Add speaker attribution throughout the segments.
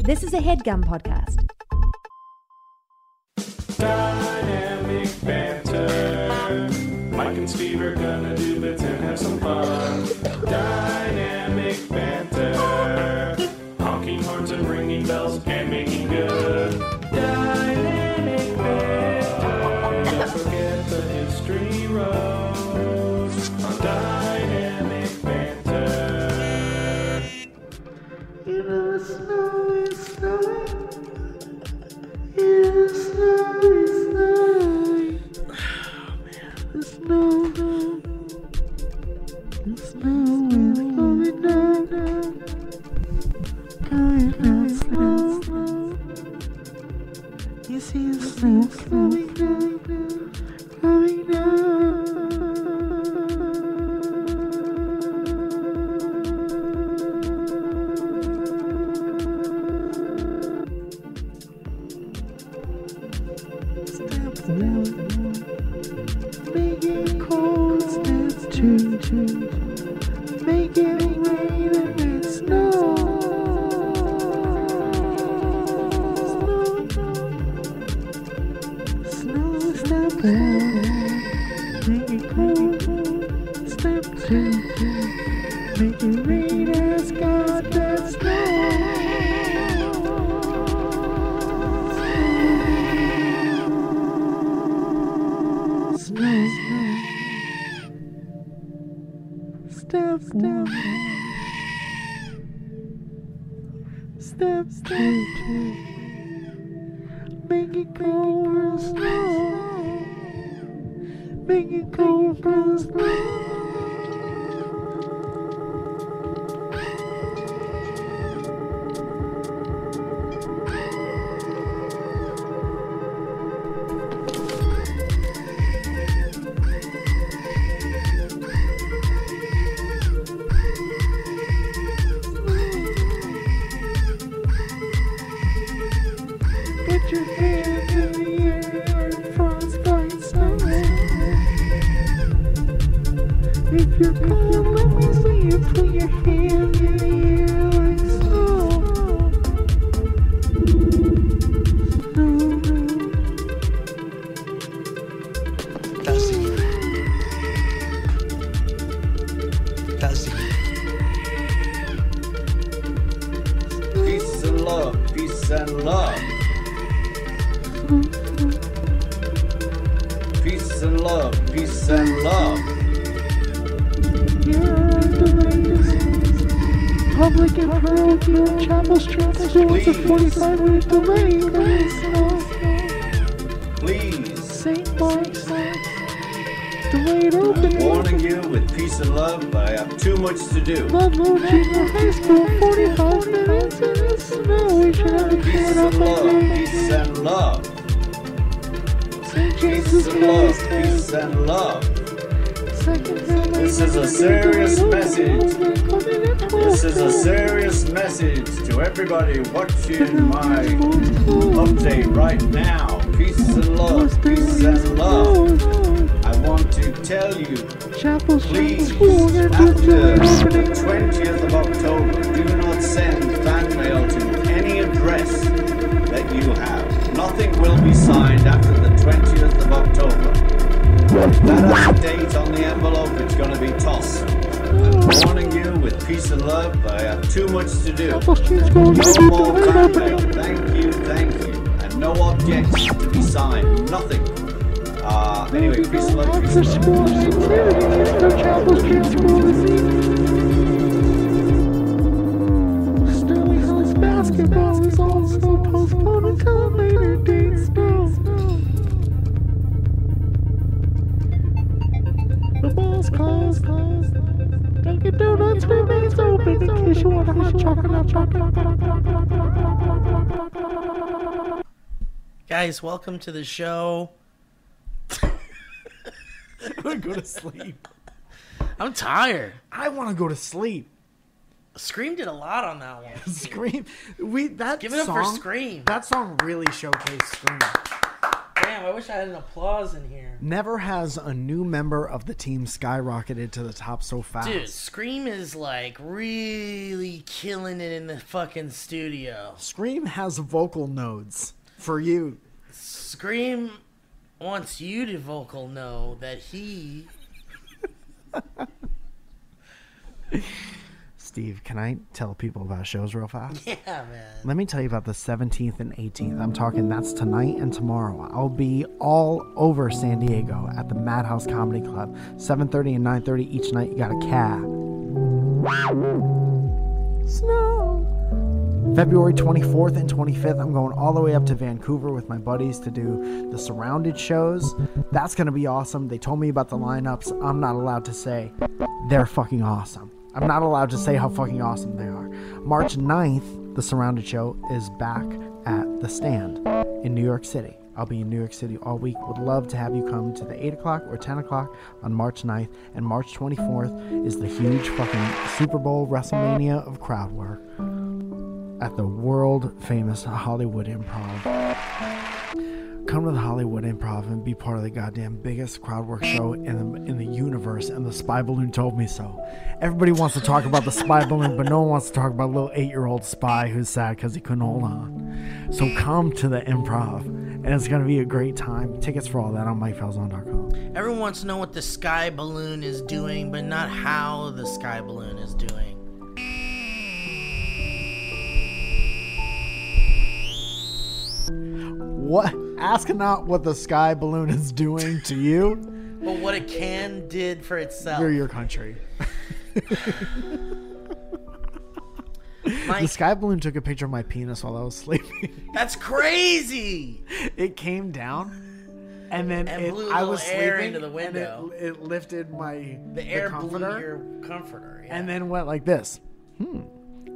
Speaker 1: This is a headgum podcast.
Speaker 2: Dynamic banter. Mike and Steve are gonna do bits and have some fun. Dynamic banter. Honking horns and ringing bells and making good. Dynamic banter. Don't forget the history rows on dynamic banter.
Speaker 3: That's the year. That's the year.
Speaker 4: Peace and love, peace and love. Peace and love, peace and love. Public and parochial chapel is a 45 minute delay. Please. St. Mark's. I'm warning you with peace and love, but I have too much to do. Peace and love, peace and love. Peace and love, peace and love. This is a serious message. This is a serious message to everybody watching my update right now. Peace and love, peace and love. I want to tell you, please, after the 20th of October, do not send fan mail to any address that you have. Nothing will be signed after the 20th of October. That has a date on the envelope, it's gonna be tossed. I'm warning you with peace and love, but I have too much to do. No more contact, thank you, thank you. And no objects to be signed, nothing. Uh, anyway, peace and love, peace and love.
Speaker 5: Basketball is also postponed until later dates now. The boss calls, calls. Dunkin' Donuts remains open in case you want a hot chocolate. chocolate, chocolate, chocolate, chocolate, chocolate.
Speaker 6: Guys, welcome to the show.
Speaker 7: I go to sleep.
Speaker 6: I'm tired.
Speaker 7: I want to go to sleep.
Speaker 6: Scream did a lot on that one.
Speaker 7: Scream. We that
Speaker 6: Give it
Speaker 7: song,
Speaker 6: up for Scream.
Speaker 7: That song really showcased Scream.
Speaker 6: Damn, Damn, I wish I had an applause in here.
Speaker 7: Never has a new member of the team skyrocketed to the top so fast.
Speaker 6: Dude, Scream is like really killing it in the fucking studio.
Speaker 7: Scream has vocal nodes for you.
Speaker 6: Scream wants you to vocal know that he
Speaker 7: Steve, can I tell people about shows real fast?
Speaker 6: Yeah, man.
Speaker 7: Let me tell you about the 17th and 18th. I'm talking that's tonight and tomorrow. I'll be all over San Diego at the Madhouse Comedy Club, 7:30 and 9:30 each night. You got a cab. Snow. February 24th and 25th, I'm going all the way up to Vancouver with my buddies to do the surrounded shows. That's going to be awesome. They told me about the lineups. I'm not allowed to say they're fucking awesome. I'm not allowed to say how fucking awesome they are. March 9th, the Surrounded Show is back at the stand in New York City. I'll be in New York City all week. Would love to have you come to the 8 o'clock or 10 o'clock on March 9th. And March 24th is the huge fucking Super Bowl WrestleMania of crowd work at the world famous Hollywood Improv come to the Hollywood Improv and be part of the goddamn biggest crowd work show in the, in the universe. And the spy balloon told me so. Everybody wants to talk about the spy balloon, but no one wants to talk about a little eight year old spy who's sad because he couldn't hold on. So come to the improv, and it's going to be a great time. Tickets for all that on MikeFalzone.com.
Speaker 6: Everyone wants to know what the sky balloon is doing, but not how the sky balloon is doing.
Speaker 7: What? Ask not what the sky balloon is doing to you
Speaker 6: But what it can did for itself.
Speaker 7: or your country.
Speaker 6: Mike,
Speaker 7: The sky balloon took a picture of my penis while I was sleeping.
Speaker 6: that's crazy.
Speaker 7: it came down and then
Speaker 6: And
Speaker 7: it,
Speaker 6: blew a
Speaker 7: I
Speaker 6: little
Speaker 7: was
Speaker 6: air
Speaker 7: sleeping
Speaker 6: into the
Speaker 7: and
Speaker 6: window.
Speaker 7: it, it lifted my
Speaker 6: The air blew
Speaker 7: comforter
Speaker 6: your comforter. Yeah.
Speaker 7: and then went like this hmm.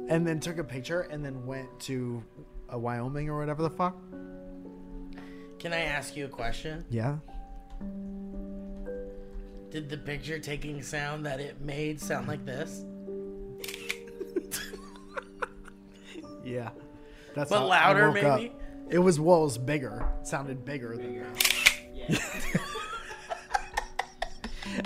Speaker 7: and then took a picture and then went to uh, Wyoming or whatever the fuck
Speaker 6: can I ask you a question?
Speaker 7: yeah
Speaker 6: Did the picture taking sound that it made sound like this?
Speaker 7: yeah that's
Speaker 6: But
Speaker 7: how I
Speaker 6: louder,
Speaker 7: woke up.
Speaker 6: maybe?
Speaker 7: it was well it was bigger it sounded bigger than that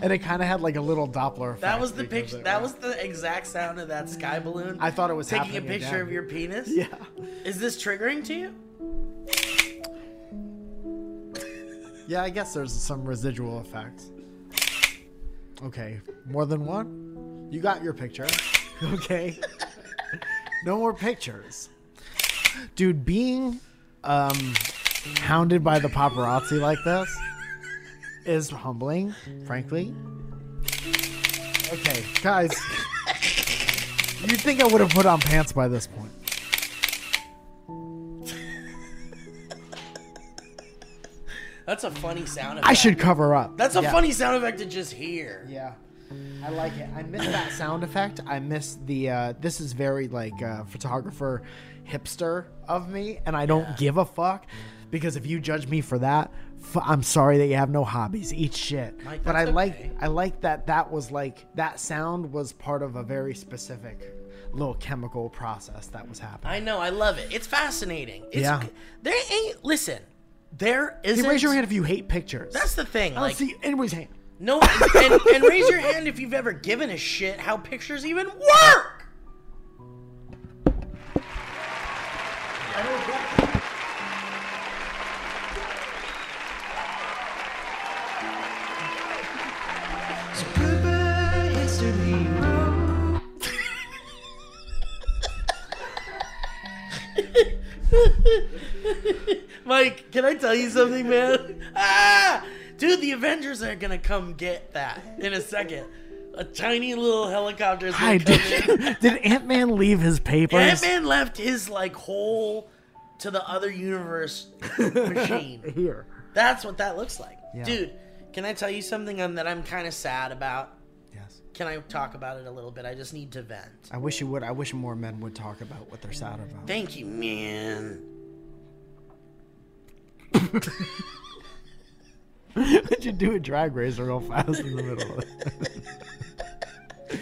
Speaker 7: and it kind of had like a little Doppler effect
Speaker 6: That was the
Speaker 7: because
Speaker 6: picture.
Speaker 7: it
Speaker 6: That was the exact sound of that sky balloon.
Speaker 7: I thought it was
Speaker 6: taking a
Speaker 7: happening
Speaker 6: picture
Speaker 7: again.
Speaker 6: of your penis.
Speaker 7: yeah
Speaker 6: Is this triggering to you?
Speaker 7: Yeah, I guess there's some residual effect. Okay, more than one? You got your picture. Okay. no more pictures. Dude, being um, hounded by the paparazzi like this is humbling, frankly. Okay, guys, you'd think I would have put on pants by this point.
Speaker 6: That's a funny sound effect.
Speaker 7: I should cover up.
Speaker 6: That's a
Speaker 7: Yeah.
Speaker 6: funny sound effect to just hear.
Speaker 7: Yeah. I like it. I miss that sound effect. I miss the uh this is very like uh photographer hipster of me and I don't give a fuck because if you judge me for that, f- I'm sorry that you have no hobbies. Eat shit.
Speaker 6: Mike,
Speaker 7: but I
Speaker 6: that's
Speaker 7: like
Speaker 6: okay.
Speaker 7: I like that that was like that sound was part of a very specific little chemical process that was happening.
Speaker 6: I know. I love it. It's fascinating. It's,
Speaker 7: Yeah.
Speaker 6: There ain't. Listen. There
Speaker 7: Hey,
Speaker 6: isn't.
Speaker 7: raise your hand if you hate pictures.
Speaker 6: That's the thing.
Speaker 7: I don't
Speaker 6: Like
Speaker 7: see anybody's hand.
Speaker 6: no. And, and raise your hand if you've ever given a shit how pictures even work. Mike, can I tell you something, man? Ah, dude, the Avengers are gonna come get that in a second. A tiny little helicopter is gonna
Speaker 7: Hi,
Speaker 6: come in.
Speaker 7: did, did Ant Man leave his papers?
Speaker 6: Ant Man left his like whole to the other universe machine.
Speaker 7: here.
Speaker 6: That's what that looks like,
Speaker 7: Yeah.
Speaker 6: dude. Can I tell you something um, that I'm kind of sad about?
Speaker 7: Yes.
Speaker 6: Can I talk about it a little bit? I just need to vent.
Speaker 7: I wish you would. I wish more men would talk about what they're sad about.
Speaker 6: Thank you, man.
Speaker 7: Did you do a drag racer real fast in the middle of it?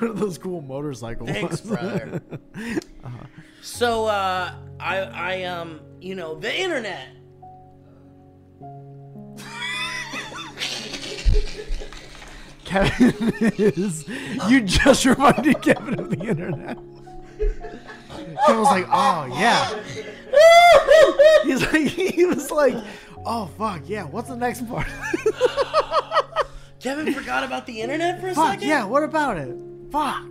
Speaker 7: One of those cool motorcycle
Speaker 6: Thanks,
Speaker 7: ones.
Speaker 6: brother. So uh, I, I, um, you know, the internet
Speaker 7: Kevin is. You just reminded Kevin of the internet. Kevin was like, oh, yeah. He's like, he was like, oh, fuck, yeah. What's the next part?
Speaker 6: Kevin forgot about the internet for a
Speaker 7: fuck,
Speaker 6: second?
Speaker 7: yeah. What about it? Fuck.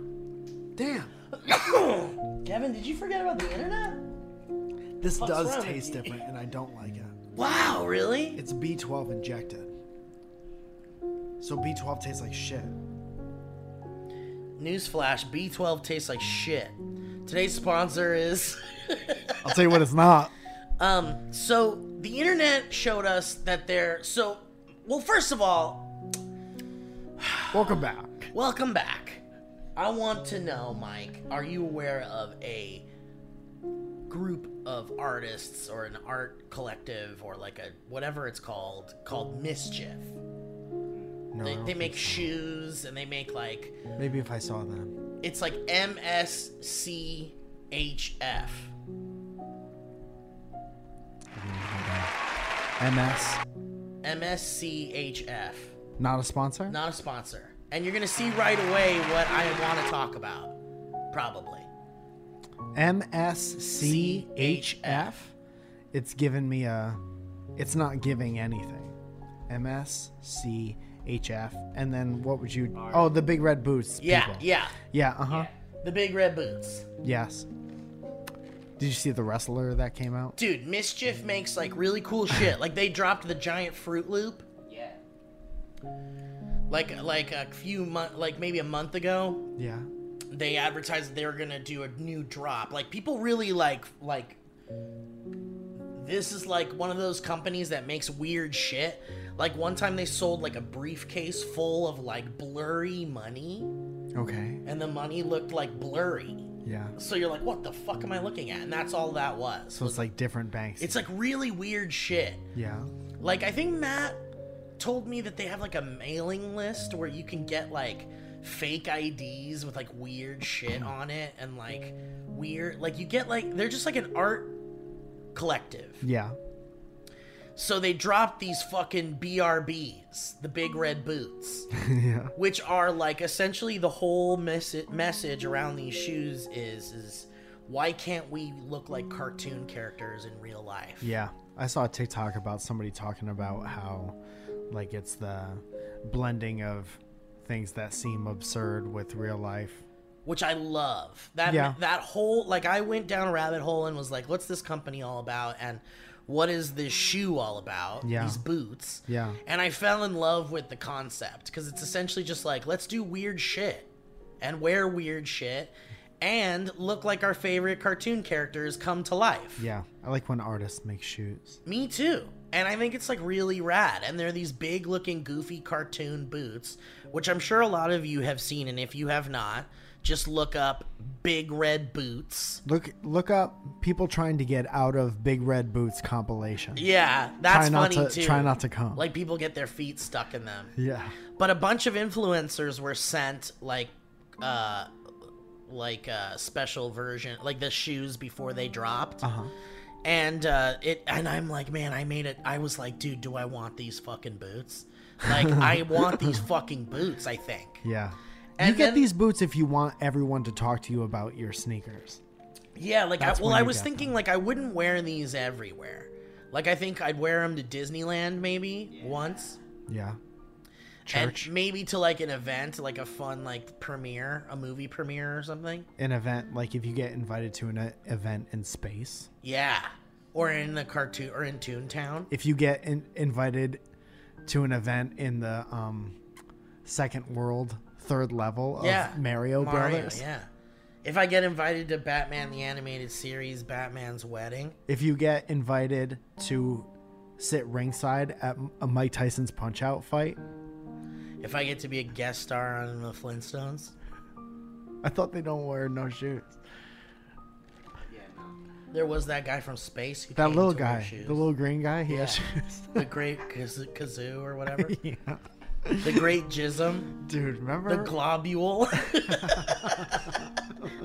Speaker 7: Damn.
Speaker 6: Kevin, did you forget about the internet?
Speaker 7: This
Speaker 6: Fuck's wrong
Speaker 7: does
Speaker 6: with
Speaker 7: taste
Speaker 6: you?
Speaker 7: different, and I don't like it.
Speaker 6: Wow, really?
Speaker 7: It's B12 injected. So B12 tastes like shit.
Speaker 6: Newsflash B12 tastes like shit. Today's sponsor is.
Speaker 7: I'll tell you what, it's not.
Speaker 6: um, so the internet showed us that there. So, well, first of all,
Speaker 7: Welcome back.
Speaker 6: welcome back. I want to know, Mike, are you aware of a group of artists or an art collective or like a whatever it's called called Mischief?
Speaker 7: No, I
Speaker 6: They,
Speaker 7: don't
Speaker 6: they make
Speaker 7: think so.
Speaker 6: shoes and they make like
Speaker 7: Maybe if I saw them.
Speaker 6: it's like MSCHF.
Speaker 7: MS.
Speaker 6: MSCHF.
Speaker 7: Not a sponsor?
Speaker 6: Not a sponsor. And you're going to see right away what I want to talk about. Probably.
Speaker 7: MSCHF. It's given me a. It's not giving anything. MSCHF. And then what would you. Oh, the big red boots.
Speaker 6: Yeah,
Speaker 7: people.
Speaker 6: yeah.
Speaker 7: Yeah, uh huh.
Speaker 6: The big red boots.
Speaker 7: Yes. Did you see the wrestler that came out?
Speaker 6: Dude, Mischief makes like really cool shit. Like they dropped the giant Fruit Loop. Yeah. Like like a few month like maybe a month ago,
Speaker 7: Yeah.
Speaker 6: they advertised that they were gonna do a new drop. Like people really like like this is like one of those companies that makes weird shit. Like one time they sold like a briefcase full of like blurry money,
Speaker 7: Okay.
Speaker 6: and the money looked like blurry.
Speaker 7: Yeah.
Speaker 6: So you're like, what the fuck am I looking at? And that's all that was.
Speaker 7: So it's like different banks.
Speaker 6: It's like really weird shit.
Speaker 7: yeah.
Speaker 6: Like I think Matt told me that they have like a mailing list where you can get like fake IDs with like weird
Speaker 7: Hmm.
Speaker 6: shit on it and like weird like you get like they're just like an art collective.
Speaker 7: Yeah.
Speaker 6: So they dropped these fucking BRBs, the big red boots,
Speaker 7: yeah.
Speaker 6: which are like essentially the whole mes- message around these shoes is is why can't we look like cartoon characters in real life?
Speaker 7: Yeah. I saw a TikTok about somebody talking about how, like, it's the blending of things that seem absurd with real life.
Speaker 6: which I love. That
Speaker 7: Yeah.
Speaker 6: that whole like I went down a rabbit hole and was like, what's this company all about and what is this shoe all about?
Speaker 7: Yeah.
Speaker 6: These boots.
Speaker 7: Yeah.
Speaker 6: And I fell in love with the concept because it's essentially just like, let's do weird shit and wear weird shit and look like our favorite cartoon characters come to life.
Speaker 7: Yeah. I like when artists make shoes.
Speaker 6: Me too. And I think it's like really rad. And they're these big looking goofy cartoon boots, which I'm sure a lot of you have seen. And if you have not, just look up big red boots.
Speaker 7: Look, look up people trying to get out of Big Red Boots compilation.
Speaker 6: Yeah, that's
Speaker 7: try not
Speaker 6: funny
Speaker 7: to
Speaker 6: too.
Speaker 7: try not to come.
Speaker 6: Like people get their feet stuck in them.
Speaker 7: yeah,
Speaker 6: But a bunch of influencers were sent like uh like a special version like the shoes before they dropped.
Speaker 7: uh-huh.
Speaker 6: and uh, it and I'm like, man, I made it. I was like, dude, do I want these fucking boots? Like, I want these fucking boots. I think.
Speaker 7: yeah. you
Speaker 6: And
Speaker 7: get
Speaker 6: then-
Speaker 7: these boots if you want everyone to talk to you about your sneakers.
Speaker 6: Yeah, like, I,
Speaker 7: That's
Speaker 6: well,
Speaker 7: when
Speaker 6: I
Speaker 7: you
Speaker 6: was
Speaker 7: get
Speaker 6: thinking like I wouldn't wear these everywhere. Like, I think I'd wear them to Disneyland maybe once,
Speaker 7: Yeah, church,
Speaker 6: and maybe to like an event, like a fun like premiere, a movie premiere or something.
Speaker 7: an event like if you get invited to an e- event in space.
Speaker 6: Yeah, or in the cartoon or in Toontown.
Speaker 7: If you get in- invited to an event in the um, second world, third level of
Speaker 6: Yeah,
Speaker 7: Mario, Brothers.
Speaker 6: Yeah. If I get invited to Batman the Animated Series, Batman's Wedding.
Speaker 7: If you get invited to sit ringside at M- a Mike Tyson's punch out fight.
Speaker 6: If I get to be a guest star on the Flintstones,
Speaker 7: I thought they don't wear no shoes.
Speaker 6: there was that guy from space. Who
Speaker 7: That
Speaker 6: came
Speaker 7: little
Speaker 6: to wear
Speaker 7: guy,
Speaker 6: shoes.
Speaker 7: the little green guy, he has
Speaker 6: Yeah.
Speaker 7: shoes.
Speaker 6: The great kaz- kazoo or whatever,
Speaker 7: yeah.
Speaker 6: the great jism,
Speaker 7: Dude,
Speaker 6: the
Speaker 7: remember?
Speaker 6: globule.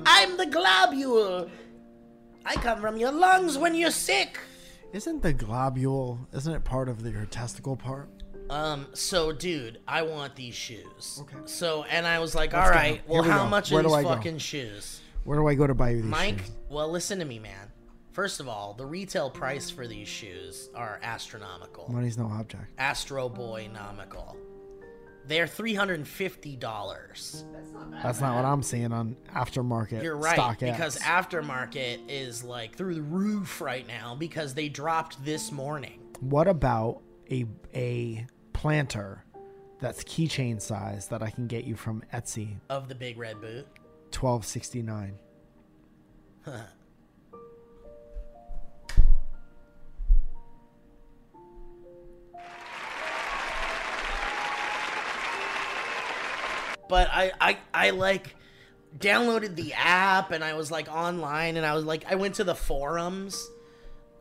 Speaker 6: I'm the globule. I come from your lungs when you're sick.
Speaker 7: isn't the globule, isn't it part of the, your testicle part?
Speaker 6: Um, so dude, I want these shoes.
Speaker 7: Okay.
Speaker 6: So and I was like,
Speaker 7: Let's
Speaker 6: all
Speaker 7: go.
Speaker 6: right, well,
Speaker 7: Here we
Speaker 6: how
Speaker 7: go.
Speaker 6: much
Speaker 7: Where
Speaker 6: are
Speaker 7: do
Speaker 6: these
Speaker 7: I go?"
Speaker 6: fucking shoes?
Speaker 7: Where do I go to buy you these?
Speaker 6: Mike,
Speaker 7: shoes?
Speaker 6: well, listen to me, man. First of all, the retail price for these shoes are astronomical.
Speaker 7: money's no object.
Speaker 6: Astro Boy nomical. They're three hundred and fifty dollars.
Speaker 7: That's not what I'm seeing on aftermarket.
Speaker 6: You're right
Speaker 7: StockX.
Speaker 6: because aftermarket is like through the roof right now because they dropped this morning.
Speaker 7: what about a a planter that's keychain size that I can get you from Etsy?
Speaker 6: of the big red boot.
Speaker 7: Twelve sixty nine.
Speaker 6: But I, I, I like downloaded the app and I was like online and I was like, I went to the forums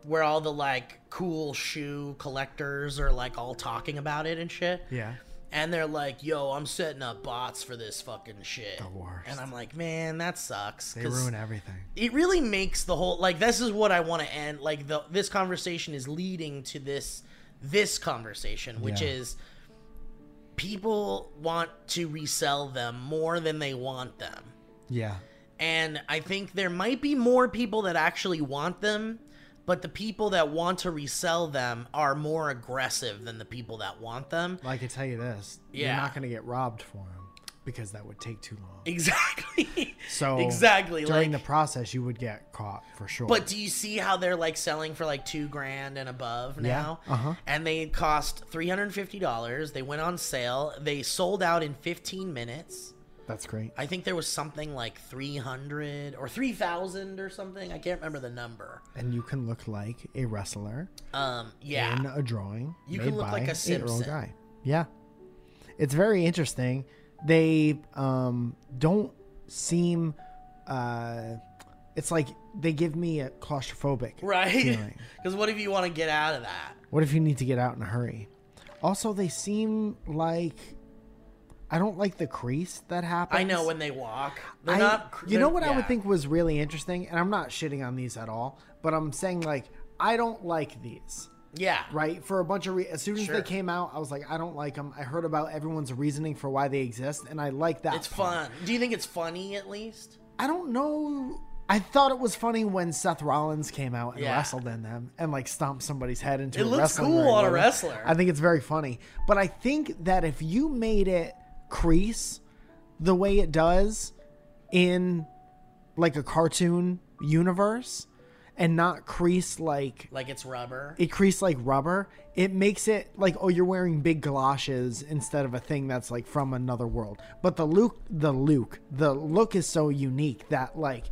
Speaker 6: where all the like cool shoe collectors are like all talking about it and shit.
Speaker 7: Yeah.
Speaker 6: And they're like, yo, I'm setting up bots for this fucking shit. The
Speaker 7: worst.
Speaker 6: And I'm like, man, that sucks.
Speaker 7: They
Speaker 6: 'cause-
Speaker 7: ruin everything.
Speaker 6: it really makes the whole like this is what I want to end like the this conversation is leading to this this conversation which
Speaker 7: Yeah.
Speaker 6: is people want to resell them more than they want them.
Speaker 7: Yeah.
Speaker 6: And I think there might be more people that actually want them, but the people that want to resell them are more aggressive than the people that want them.
Speaker 7: Like I tell you this, you're
Speaker 6: Yeah.
Speaker 7: not gonna get robbed for them because that would take too long.
Speaker 6: Exactly.
Speaker 7: So
Speaker 6: exactly
Speaker 7: during
Speaker 6: like
Speaker 7: the process, you would get caught for sure.
Speaker 6: But do you see how they're like selling for like two grand and above now?
Speaker 7: uh-huh.
Speaker 6: And they cost three hundred and fifty dollars. They went on sale. They sold out in fifteen minutes.
Speaker 7: that's great.
Speaker 6: I think there was something like three hundred or three thousand or something. I can't remember the number.
Speaker 7: And you can look like a wrestler
Speaker 6: Um, yeah,
Speaker 7: in a drawing.
Speaker 6: You
Speaker 7: made
Speaker 6: can look
Speaker 7: by
Speaker 6: like a
Speaker 7: an eight-year-old
Speaker 6: Simpson.
Speaker 7: guy. Yeah, it's very interesting. They um, don't seem. Uh, it's like they give me a claustrophobic
Speaker 6: right.
Speaker 7: feeling.
Speaker 6: Because what if you want to get out of that?
Speaker 7: What if you need to get out in a hurry? Also, they seem like I don't like the crease that happens.
Speaker 6: I know when they walk, they're
Speaker 7: I-
Speaker 6: not. cr-
Speaker 7: You know
Speaker 6: they're-
Speaker 7: what I would
Speaker 6: yeah.
Speaker 7: think was really interesting, and I'm not shitting on these at all, but I'm saying like I don't like these
Speaker 6: Yeah,
Speaker 7: right? For a bunch of re- as soon as
Speaker 6: Sure.
Speaker 7: they came out, I was like, I don't like them. I heard about everyone's reasoning for why they exist, and I like that.
Speaker 6: it's
Speaker 7: part.
Speaker 6: fun. Do you think it's funny at least?
Speaker 7: I don't know. I thought it was funny when Seth Rollins came out and
Speaker 6: Yeah.
Speaker 7: wrestled in them and like stomped somebody's head into.
Speaker 6: It
Speaker 7: a
Speaker 6: looks
Speaker 7: wrestling
Speaker 6: cool
Speaker 7: ring
Speaker 6: on a
Speaker 7: with it.
Speaker 6: wrestler.
Speaker 7: I think it's very funny, but I think that if you made it crease the way it does in like a cartoon universe, and not crease like
Speaker 6: Like it's rubber.
Speaker 7: it creased like rubber. It makes it like oh you're wearing big galoshes instead of a thing that's like from another world. But the look the look the look is so unique that like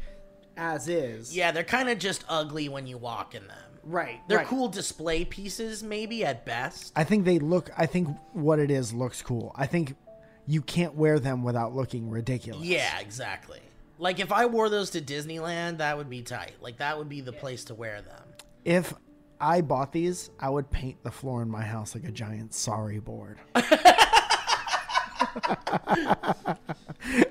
Speaker 7: as is.
Speaker 6: Yeah, they're kind of just ugly when you walk in them.
Speaker 7: Right.
Speaker 6: They're
Speaker 7: right.
Speaker 6: cool display pieces, maybe at best.
Speaker 7: I think they look I think what it is looks cool. I think you can't wear them without looking ridiculous.
Speaker 6: Yeah, exactly. Like if I wore those to Disneyland, that would be tight. Like that would be the place to wear them.
Speaker 7: If I bought these, I would paint the floor in my house like a giant sorry board.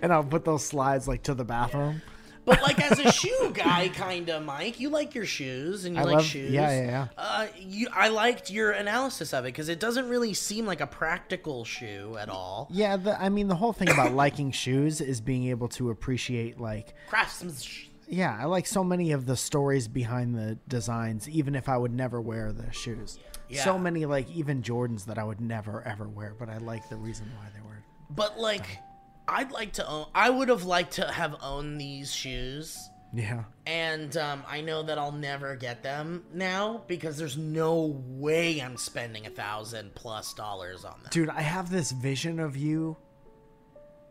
Speaker 7: and I'll put those slides like to the bathroom.
Speaker 6: But like as a shoe guy, kind of Mike, you like your shoes and you
Speaker 7: I
Speaker 6: like
Speaker 7: love-
Speaker 6: shoes.
Speaker 7: yeah, yeah, yeah.
Speaker 6: Uh, you, I liked your analysis of it because it doesn't really seem like a practical shoe at all.
Speaker 7: Yeah, the, I mean, the whole thing about liking shoes is being able to appreciate, like,
Speaker 6: Craftsmanship.
Speaker 7: yeah, I like so many of the stories behind the designs, even if I would never wear the shoes.
Speaker 6: Yeah.
Speaker 7: So many, like, even Jordans that I would never, ever wear, but I like the reason why they were.
Speaker 6: But like, I'd like to own. I would have liked to have owned these shoes.
Speaker 7: Yeah.
Speaker 6: and um, I know that I'll never get them now because there's no way I'm spending a thousand plus dollars on them.
Speaker 7: Dude, I have this vision of you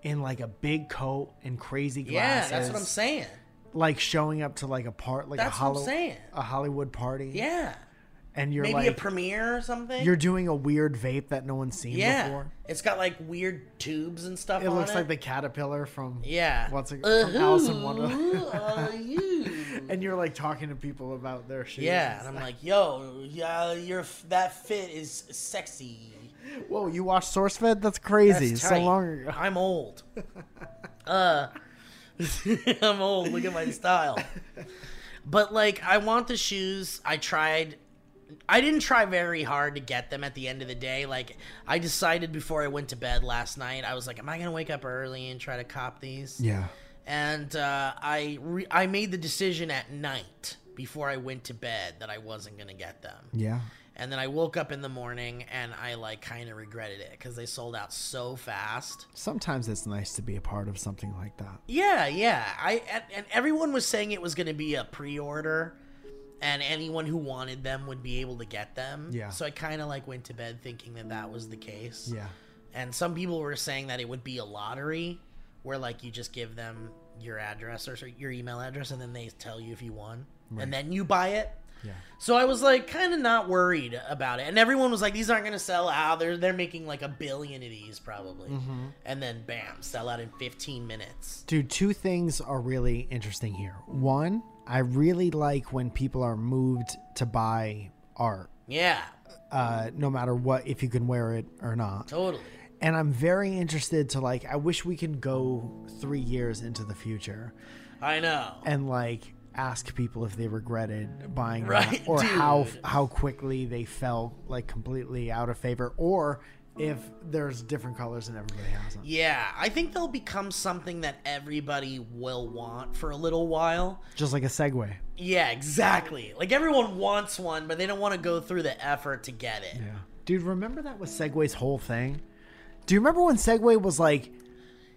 Speaker 7: in, like, a big coat and crazy
Speaker 6: yeah,
Speaker 7: glasses.
Speaker 6: that's what I'm saying.
Speaker 7: Like, showing up to, like, a part, like,
Speaker 6: That's
Speaker 7: a,
Speaker 6: what I'm
Speaker 7: hollow-
Speaker 6: saying.
Speaker 7: a Hollywood party.
Speaker 6: Yeah,
Speaker 7: And you're
Speaker 6: maybe
Speaker 7: like,
Speaker 6: a premiere or something.
Speaker 7: you're doing a weird vape that no one's seen
Speaker 6: yeah,
Speaker 7: before.
Speaker 6: it's got like weird tubes and stuff.
Speaker 7: It
Speaker 6: on
Speaker 7: looks
Speaker 6: it.
Speaker 7: like the caterpillar from
Speaker 6: yeah.
Speaker 7: What's it-
Speaker 6: Uh,
Speaker 7: from Alice in Wonderland.
Speaker 6: who are you?
Speaker 7: And you're like talking to people about their shoes.
Speaker 6: yeah, and I'm like, yo, yeah, your f- that fit is sexy.
Speaker 7: whoa, you watched SourceFed? That's crazy.
Speaker 6: That's
Speaker 7: so
Speaker 6: tight.
Speaker 7: long ago.
Speaker 6: I'm old. uh, I'm old. Look at my style. But like, I want the shoes. I tried I didn't try very hard to get them at the end of the day. Like I decided before I went to bed last night, I was like, am I going to wake up early and try to cop these?
Speaker 7: Yeah.
Speaker 6: And uh, I re- I made the decision at night before I went to bed that I wasn't going to get them.
Speaker 7: Yeah.
Speaker 6: And then I woke up in the morning and I like kind of regretted it cuz they sold out so fast.
Speaker 7: Sometimes it's nice to be a part of something like that.
Speaker 6: Yeah, yeah. I and, and everyone was saying it was going to be a pre-order, and anyone who wanted them would be able to get them.
Speaker 7: Yeah.
Speaker 6: So I kind of like went to bed thinking that that was the case.
Speaker 7: Yeah.
Speaker 6: And some people were saying that it would be a lottery, where like you just give them your address or your email address, and then they tell you if you won,
Speaker 7: Right.
Speaker 6: and then you buy it.
Speaker 7: Yeah.
Speaker 6: So I was like kind of not worried about it, and everyone was like, "These aren't going to sell out. They're they're making like a billion of these probably."
Speaker 7: Mm-hmm.
Speaker 6: And then bam, sell out in 15 minutes.
Speaker 7: Dude, two things are really interesting here. One, I really like when people are moved to buy art,
Speaker 6: Yeah,
Speaker 7: uh, no matter what, if you can wear it or not.
Speaker 6: totally.
Speaker 7: and I'm very interested to like I wish we can go 3 years into the future
Speaker 6: I know.
Speaker 7: and like ask people if they regretted buying
Speaker 6: Right,
Speaker 7: that or how
Speaker 6: dude.
Speaker 7: how quickly they fell like completely out of favor or if there's different colors and everybody has them.
Speaker 6: Yeah, I think they'll become something that everybody will want for a little while.
Speaker 7: Just like a segue.
Speaker 6: Yeah, exactly. Like everyone wants one, but they don't want to go through the effort to get it.
Speaker 7: Dude, remember that was Segway's whole thing? Do you remember when Segway was like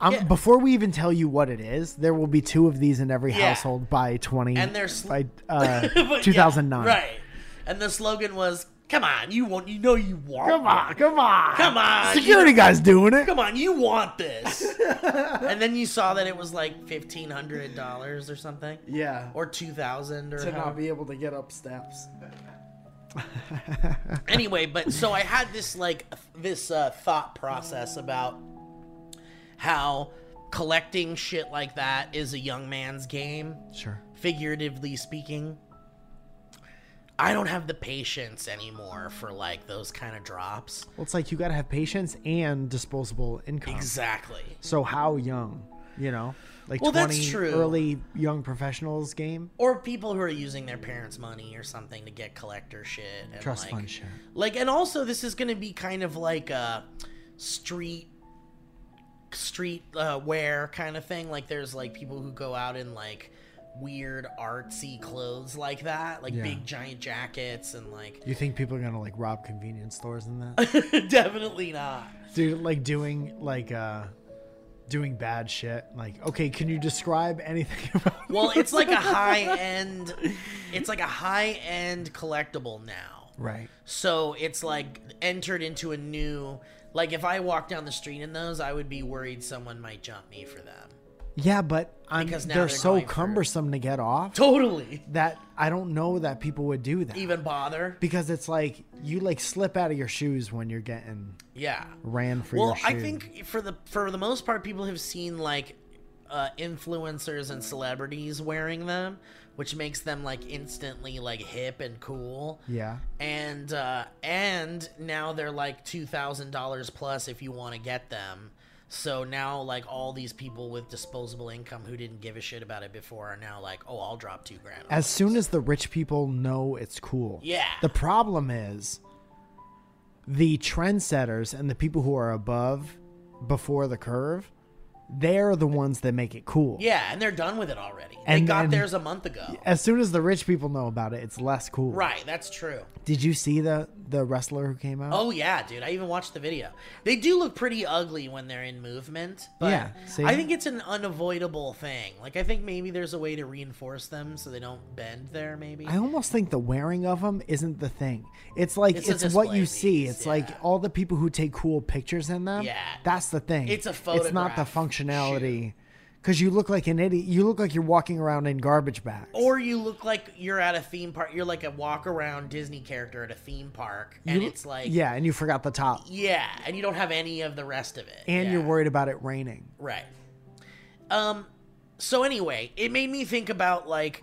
Speaker 7: um,
Speaker 6: Yeah.
Speaker 7: Before we even tell you what it is, there will be two of these in every
Speaker 6: Yeah.
Speaker 7: household by twenty
Speaker 6: And they're sl-
Speaker 7: by uh,
Speaker 6: But yeah,
Speaker 7: two thousand nine.
Speaker 6: right. And the slogan was, "Come on, you want you know you want.
Speaker 7: Come on, come on.
Speaker 6: Come on,
Speaker 7: Security
Speaker 6: you-
Speaker 7: guy's doing it.
Speaker 6: Come on, you want this." and then you saw that it was like $1500 or something
Speaker 7: Yeah.
Speaker 6: or 2000 or
Speaker 7: to
Speaker 6: however-
Speaker 7: not be able to get up steps.
Speaker 6: anyway but so i had this like this uh, thought process about how collecting shit like that is a young man's game
Speaker 7: Sure.
Speaker 6: figuratively speaking i don't have the patience anymore for like those kind of drops
Speaker 7: Well, it's like you got to have patience and disposable income.
Speaker 6: exactly
Speaker 7: So how young, you know? Like
Speaker 6: Well,
Speaker 7: 20
Speaker 6: that's true.
Speaker 7: early young professionals game.
Speaker 6: or people who are using their parents' money or something to get collector shit and
Speaker 7: Trust
Speaker 6: like,
Speaker 7: fund shit.
Speaker 6: like and also this is going to be kind of like a street street uh, wear kind of thing like there's like people who go out in like weird artsy clothes like that like
Speaker 7: Yeah.
Speaker 6: big giant jackets and like
Speaker 7: You think people are going to like rob convenience stores and that?
Speaker 6: definitely not
Speaker 7: Dude, like doing like uh doing bad shit. Like, okay, can you describe anything about
Speaker 6: well it's like a high end it's like a high end collectible now
Speaker 7: Right.
Speaker 6: So it's like entered into a new like if I walk down the street in those, I would be worried someone might jump me for them.
Speaker 7: Yeah, but I'm, they're,
Speaker 6: Because now they're
Speaker 7: so
Speaker 6: going for-
Speaker 7: cumbersome to get off.
Speaker 6: Totally.
Speaker 7: that I don't know that people would do that.
Speaker 6: Even bother.
Speaker 7: because it's like you like slip out of your shoes when you're getting
Speaker 6: Yeah.
Speaker 7: ran for
Speaker 6: Well,
Speaker 7: your shoes.
Speaker 6: I think for the for the most part people have seen like uh, influencers and celebrities wearing them, which makes them like instantly like hip and cool.
Speaker 7: yeah,
Speaker 6: and uh, and now they're like two thousand dollars plus if you want to get them. So now like all these people with disposable income who didn't give a shit about it before are now like, oh, I'll drop two grand. on
Speaker 7: as
Speaker 6: it."
Speaker 7: soon as the rich people know it's cool.
Speaker 6: yeah,
Speaker 7: The problem is the trendsetters and the people who are above before the curve, they're the ones that make it cool.
Speaker 6: yeah, and they're done with it already.
Speaker 7: And
Speaker 6: they got
Speaker 7: then-
Speaker 6: theirs a month ago.
Speaker 7: As soon as the rich people know about it, it's less cool.
Speaker 6: Right, that's true.
Speaker 7: Did you see the the wrestler who came out?
Speaker 6: Oh yeah, dude. I even watched the video. They do look pretty ugly when they're in movement, but
Speaker 7: Yeah, see?
Speaker 6: I think it's an unavoidable thing. Like I think maybe there's a way to reinforce them so they don't bend there. Maybe
Speaker 7: I almost think the wearing of them isn't the thing. It's like
Speaker 6: It's
Speaker 7: it's,
Speaker 6: a
Speaker 7: what
Speaker 6: display
Speaker 7: you see.
Speaker 6: piece,
Speaker 7: It's like
Speaker 6: yeah.
Speaker 7: all the people who take cool pictures in them.
Speaker 6: Yeah.
Speaker 7: that's the thing.
Speaker 6: It's a
Speaker 7: It's not the
Speaker 6: photograph.
Speaker 7: functionality, because you look like an idiot. You look like you're walking around in garbage bags.
Speaker 6: Or you look like you're at a theme park. You're like a walk around Disney character at a theme park, and
Speaker 7: You-
Speaker 6: it's like
Speaker 7: yeah, and you forgot the top,
Speaker 6: yeah, and you don't have any of the rest of it.
Speaker 7: and
Speaker 6: Yeah.
Speaker 7: you're worried about it raining.
Speaker 6: right. Um. So anyway, it made me think about like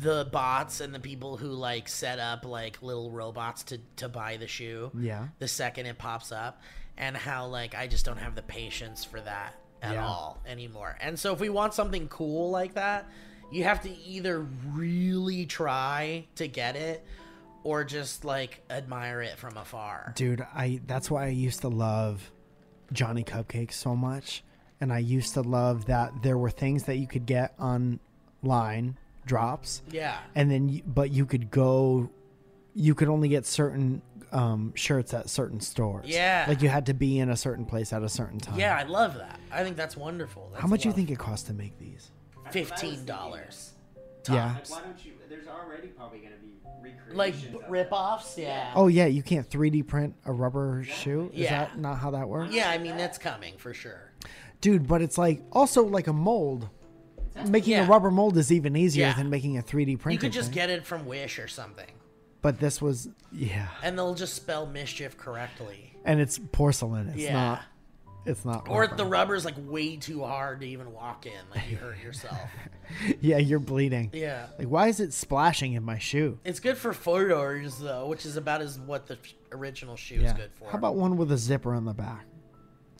Speaker 6: the bots and the people who like set up like little robots to to buy the shoe.
Speaker 7: Yeah.
Speaker 6: The second it pops up, and how like I just don't have the patience for that at
Speaker 7: Yeah.
Speaker 6: all anymore. And so if we want something cool like that, you have to either really try to get it or just like admire it from afar.
Speaker 7: Dude, I that's why I used to love Johnny Cupcakes so much. And I used to love that there were things that you could get online drops.
Speaker 6: Yeah.
Speaker 7: And then you, but you could go you could only get certain um, shirts at certain stores.
Speaker 6: Yeah.
Speaker 7: Like you had to be in a certain place at a certain time.
Speaker 6: Yeah, I love that. I think that's wonderful. That's
Speaker 7: How much
Speaker 6: a
Speaker 7: do you
Speaker 6: lot of-
Speaker 7: think it costs to make these?
Speaker 6: Fifteen dollars.
Speaker 7: Yeah.
Speaker 1: Like, why don't you? There's already probably gonna be recreations.
Speaker 6: Like
Speaker 1: of
Speaker 6: b-
Speaker 1: that.
Speaker 6: rip-offs, yeah.
Speaker 7: Oh yeah, you can't 3D print a rubber shoe. Is
Speaker 6: Yeah.
Speaker 7: that not how that works?
Speaker 6: Yeah, I mean that's coming for sure.
Speaker 7: dude. But it's like also like a mold. Making
Speaker 6: Yeah.
Speaker 7: a rubber mold is even easier
Speaker 6: Yeah.
Speaker 7: than making a 3D printer.
Speaker 6: You could just
Speaker 7: thing.
Speaker 6: get it from Wish or something,
Speaker 7: But this was yeah,
Speaker 6: and they'll just spell mischief correctly.
Speaker 7: and it's porcelain. It's
Speaker 6: Yeah.
Speaker 7: not. It's not.
Speaker 6: Or
Speaker 7: rubber.
Speaker 6: the rubber's like way too hard to even walk in, like you hurt yourself.
Speaker 7: yeah, you're bleeding.
Speaker 6: Yeah.
Speaker 7: Like why is it splashing in my shoe?
Speaker 6: It's good for photos though, which is about as what the f- original shoe is good for.
Speaker 7: How about one with a zipper on the back?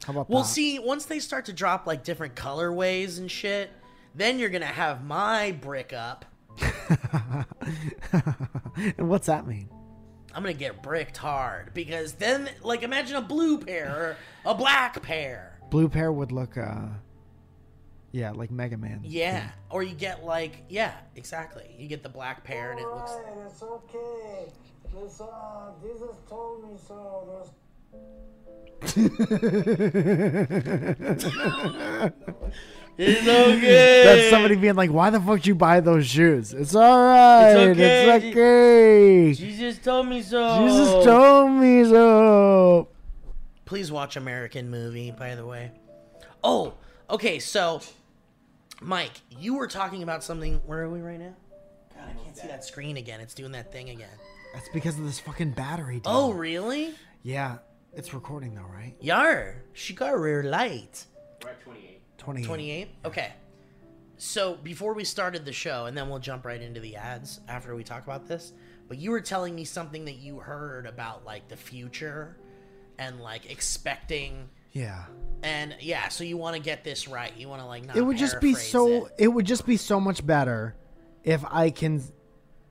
Speaker 7: How about
Speaker 6: Well,
Speaker 7: that?
Speaker 6: see, once they start to drop like different colorways and shit, then you're gonna have my brick up.
Speaker 7: and what's that mean?
Speaker 6: I'm gonna get bricked hard because then, like, imagine a blue pair or a black pair.
Speaker 7: Blue pair would look uh yeah, like Mega Man.
Speaker 6: Yeah, or you get like, yeah, exactly. You get the black pair and it looks.
Speaker 8: It's okay. This, uh, Jesus told me so. There's
Speaker 6: It's okay.
Speaker 7: That's somebody being like, "Why the fuck did you buy those shoes?" It's all right. It's okay.
Speaker 6: okay. Jesus told me so.
Speaker 7: Jesus told me so.
Speaker 6: Please watch American Movie, by the way. Oh, okay. So, Mike, you were talking about something. Where are we right now? God, I can't see that screen again. It's doing that thing again.
Speaker 7: That's because of this fucking battery. Dude.
Speaker 6: Oh, really?
Speaker 7: yeah. It's recording though, right?
Speaker 6: Yar, she got rear light.
Speaker 1: We're at 28.
Speaker 7: Twenty.
Speaker 6: 28?
Speaker 7: Mm-hmm.
Speaker 6: Okay. So before we started the show, and then we'll jump right into the ads after we talk about this, but you were telling me something that you heard about like the future and like expecting.
Speaker 7: Yeah.
Speaker 6: And yeah, so you want to get this right. You want to like not
Speaker 7: It would just be
Speaker 6: paraphrase
Speaker 7: so.
Speaker 6: it.
Speaker 7: It would just be so much better if I can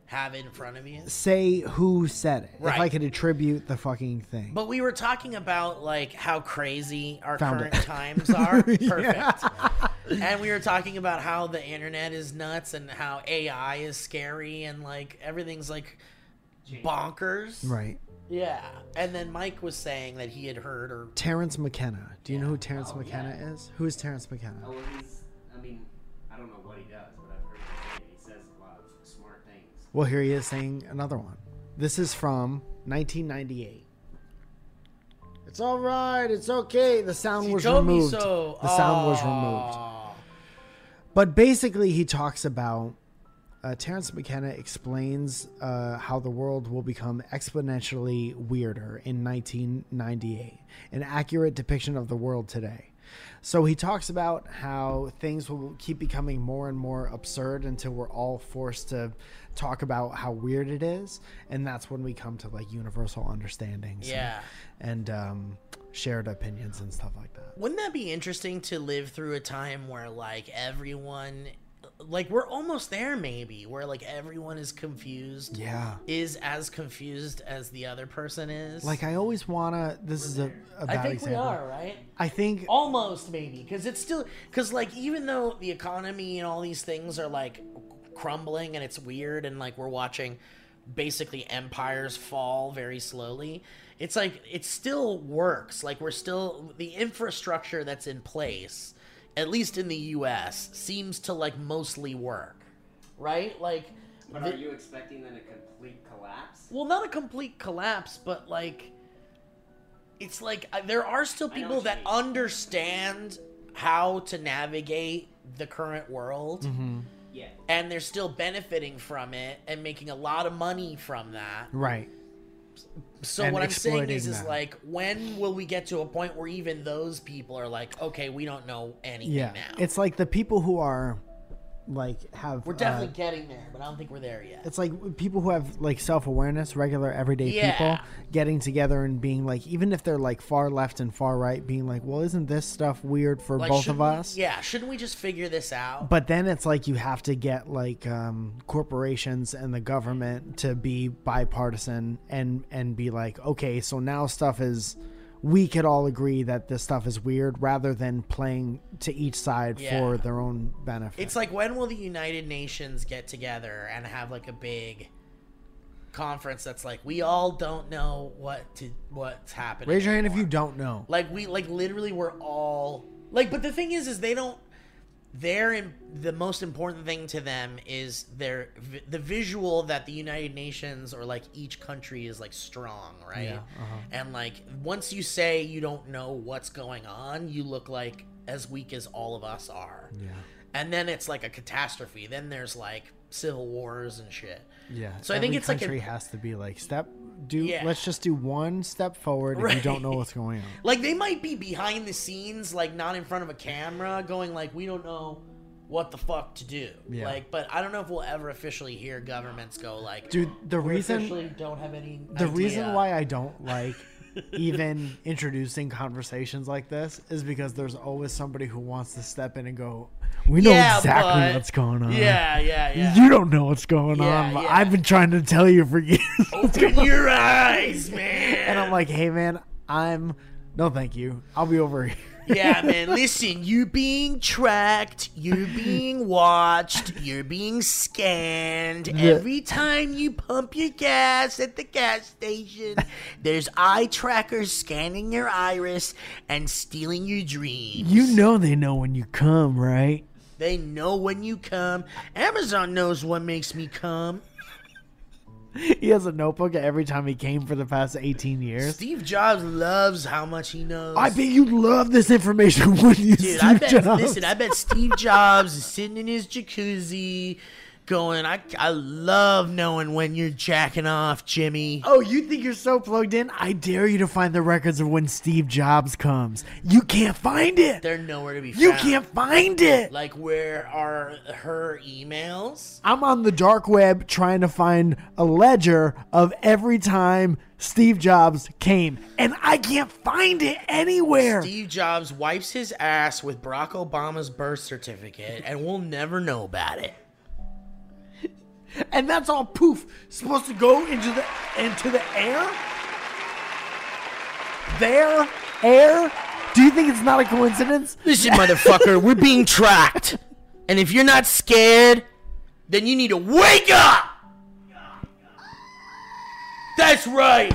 Speaker 6: have it in front of you.
Speaker 7: say who said it. If I
Speaker 6: Right.
Speaker 7: could attribute the fucking thing.
Speaker 6: But we were talking about like how crazy our
Speaker 7: Found
Speaker 6: current
Speaker 7: it.
Speaker 6: times are. Perfect. And we were talking about how the internet is nuts and how AI is scary and like everything's like bonkers.
Speaker 7: right.
Speaker 6: Yeah. And then Mike was saying that he had heard or
Speaker 7: Terrence McKenna. Do you know who Terrence
Speaker 6: Oh,
Speaker 7: McKenna is? Who is Terrence
Speaker 1: Oh,
Speaker 7: McKenna?
Speaker 1: well, he's. I mean, I don't know what he does, but I've heard him say it. He says a lot of smart things.
Speaker 7: Well, here he is saying another one. This is from 1998. It's all right. It's okay. The sound was removed. The sound was removed. But basically, he talks about uh, Terrence McKenna explains uh, how the world will become exponentially weirder in 1998, an accurate depiction of the world today. So he talks about how things will keep becoming more and more absurd until we're all forced to talk about how weird it is, and that's when we come to like universal understandings,
Speaker 6: Yeah.
Speaker 7: and, and um, shared opinions and stuff like that.
Speaker 6: Wouldn't that be interesting to live through a time where like everyone like we're almost there maybe where like everyone is confused
Speaker 7: Yeah.
Speaker 6: is as confused as the other person is.
Speaker 7: Like I always wanna. This is a, a
Speaker 6: I
Speaker 7: bad
Speaker 6: think
Speaker 7: example.
Speaker 6: we are right.
Speaker 7: I think
Speaker 6: Almost maybe because it's still because like even though the economy and all these things are like crumbling and it's weird and like we're watching basically empires fall very slowly. It's like it still works. Like we're still the infrastructure that's in place, at least in the U.S., seems to like mostly work, right? Like
Speaker 1: But
Speaker 6: the-
Speaker 1: are you expecting then a complete collapse?
Speaker 6: well not a complete collapse but like it's like uh, there are still
Speaker 1: know
Speaker 6: people
Speaker 1: what you
Speaker 6: that
Speaker 1: mean.
Speaker 6: understand how to navigate the current world
Speaker 7: Mm-hmm.
Speaker 1: Yeah.
Speaker 6: and they're still benefiting from it and making a lot of money from that
Speaker 7: right.
Speaker 6: so
Speaker 7: And
Speaker 6: what i'm saying is
Speaker 7: exploiting
Speaker 6: is
Speaker 7: that.
Speaker 6: like when will we get to a point where even those people are like okay we don't know anything
Speaker 7: Yeah,
Speaker 6: now
Speaker 7: it's like the people who are like have
Speaker 6: We're
Speaker 7: uh,
Speaker 6: definitely getting there, but I don't think we're there yet.
Speaker 7: it's like people who have like self awareness, regular everyday
Speaker 6: Yeah.
Speaker 7: people getting together and being like, even if they're like far left and far right, being like, well, isn't this stuff weird for
Speaker 6: Like,
Speaker 7: both
Speaker 6: shouldn't
Speaker 7: of
Speaker 6: we-
Speaker 7: us?
Speaker 6: yeah, shouldn't we just figure this out?
Speaker 7: But then it's like you have to get like um, corporations and the government to be bipartisan and and be like, okay, so now stuff is we could all agree that this stuff is weird rather than playing to each side
Speaker 6: Yeah.
Speaker 7: for their own benefit.
Speaker 6: It's like when will the United Nations get together and have like a big conference that's like we all don't know what to what's happening.
Speaker 7: Raise your hand if
Speaker 6: anymore.
Speaker 7: you don't know.
Speaker 6: Like we like literally we're all like but the thing is is they don't they're in, the most important thing to them is their vi- the visual that the United Nations or like each country is like strong, right?
Speaker 7: Yeah, uh-huh.
Speaker 6: And like once you say you don't know what's going on, you look like as weak as all of us are.
Speaker 7: Yeah.
Speaker 6: And then it's like a catastrophe. Then there's like civil wars and shit.
Speaker 7: Yeah.
Speaker 6: So I think
Speaker 7: every
Speaker 6: it's like a-
Speaker 7: country has to be like step do
Speaker 6: Yeah.
Speaker 7: let's just do one step forward if you don't know
Speaker 6: Right.
Speaker 7: what's going on.
Speaker 6: Like they might be behind the scenes, like not in front of a camera, going like, we don't know what the fuck to do.
Speaker 7: Yeah.
Speaker 6: Like, but I don't know if we'll ever officially hear governments go like,
Speaker 7: Dude, the
Speaker 6: we
Speaker 7: reason
Speaker 6: officially don't have any.
Speaker 7: the reason
Speaker 6: idea."
Speaker 7: why I don't like even introducing conversations like this is because there's always somebody who wants to step in and go, "We know
Speaker 6: Yeah,
Speaker 7: exactly
Speaker 6: but-
Speaker 7: what's going on.
Speaker 6: Yeah, yeah, yeah.
Speaker 7: You don't know what's going
Speaker 6: Yeah,
Speaker 7: on. but
Speaker 6: yeah. Oh,
Speaker 7: I've been trying to tell you for years."
Speaker 6: Open your eyes, man.
Speaker 7: and I'm like, "Hey, man, I'm no, thank you. I'll be over here."
Speaker 6: yeah, man. Listen, you being tracked, you're being watched, you're being scanned. Every time you pump your gas at the gas station, there's eye trackers scanning your iris and stealing your dreams.
Speaker 7: You know they know when you come, right?
Speaker 6: They know when you come. Amazon knows what makes me come.
Speaker 7: He has a notebook every time he came for the past 18 years.
Speaker 6: Steve Jobs loves how much he knows.
Speaker 7: I bet you love this information when you
Speaker 6: Dude,
Speaker 7: Steve
Speaker 6: I bet.
Speaker 7: Jobs.
Speaker 6: Listen, I bet Steve Jobs is sitting in his jacuzzi, going, "I I love knowing when you're jacking off, Jimmy."
Speaker 7: Oh, you think you're so plugged in? I dare you to find the records of when Steve Jobs comes. You can't find it.
Speaker 6: They're nowhere to be found.
Speaker 7: You can't find it.
Speaker 6: Like, where are her emails?
Speaker 7: I'm on the dark web trying to find a ledger of every time Steve Jobs came, and I can't find it anywhere.
Speaker 6: Steve Jobs wipes his ass with Barack Obama's birth certificate, and we'll never know about it.
Speaker 7: And that's all poof supposed to go into the into the air. There, air. Do you think it's not a coincidence?
Speaker 6: Listen, motherfucker, we're being tracked, and if you're not scared, then you need to wake up. That's right.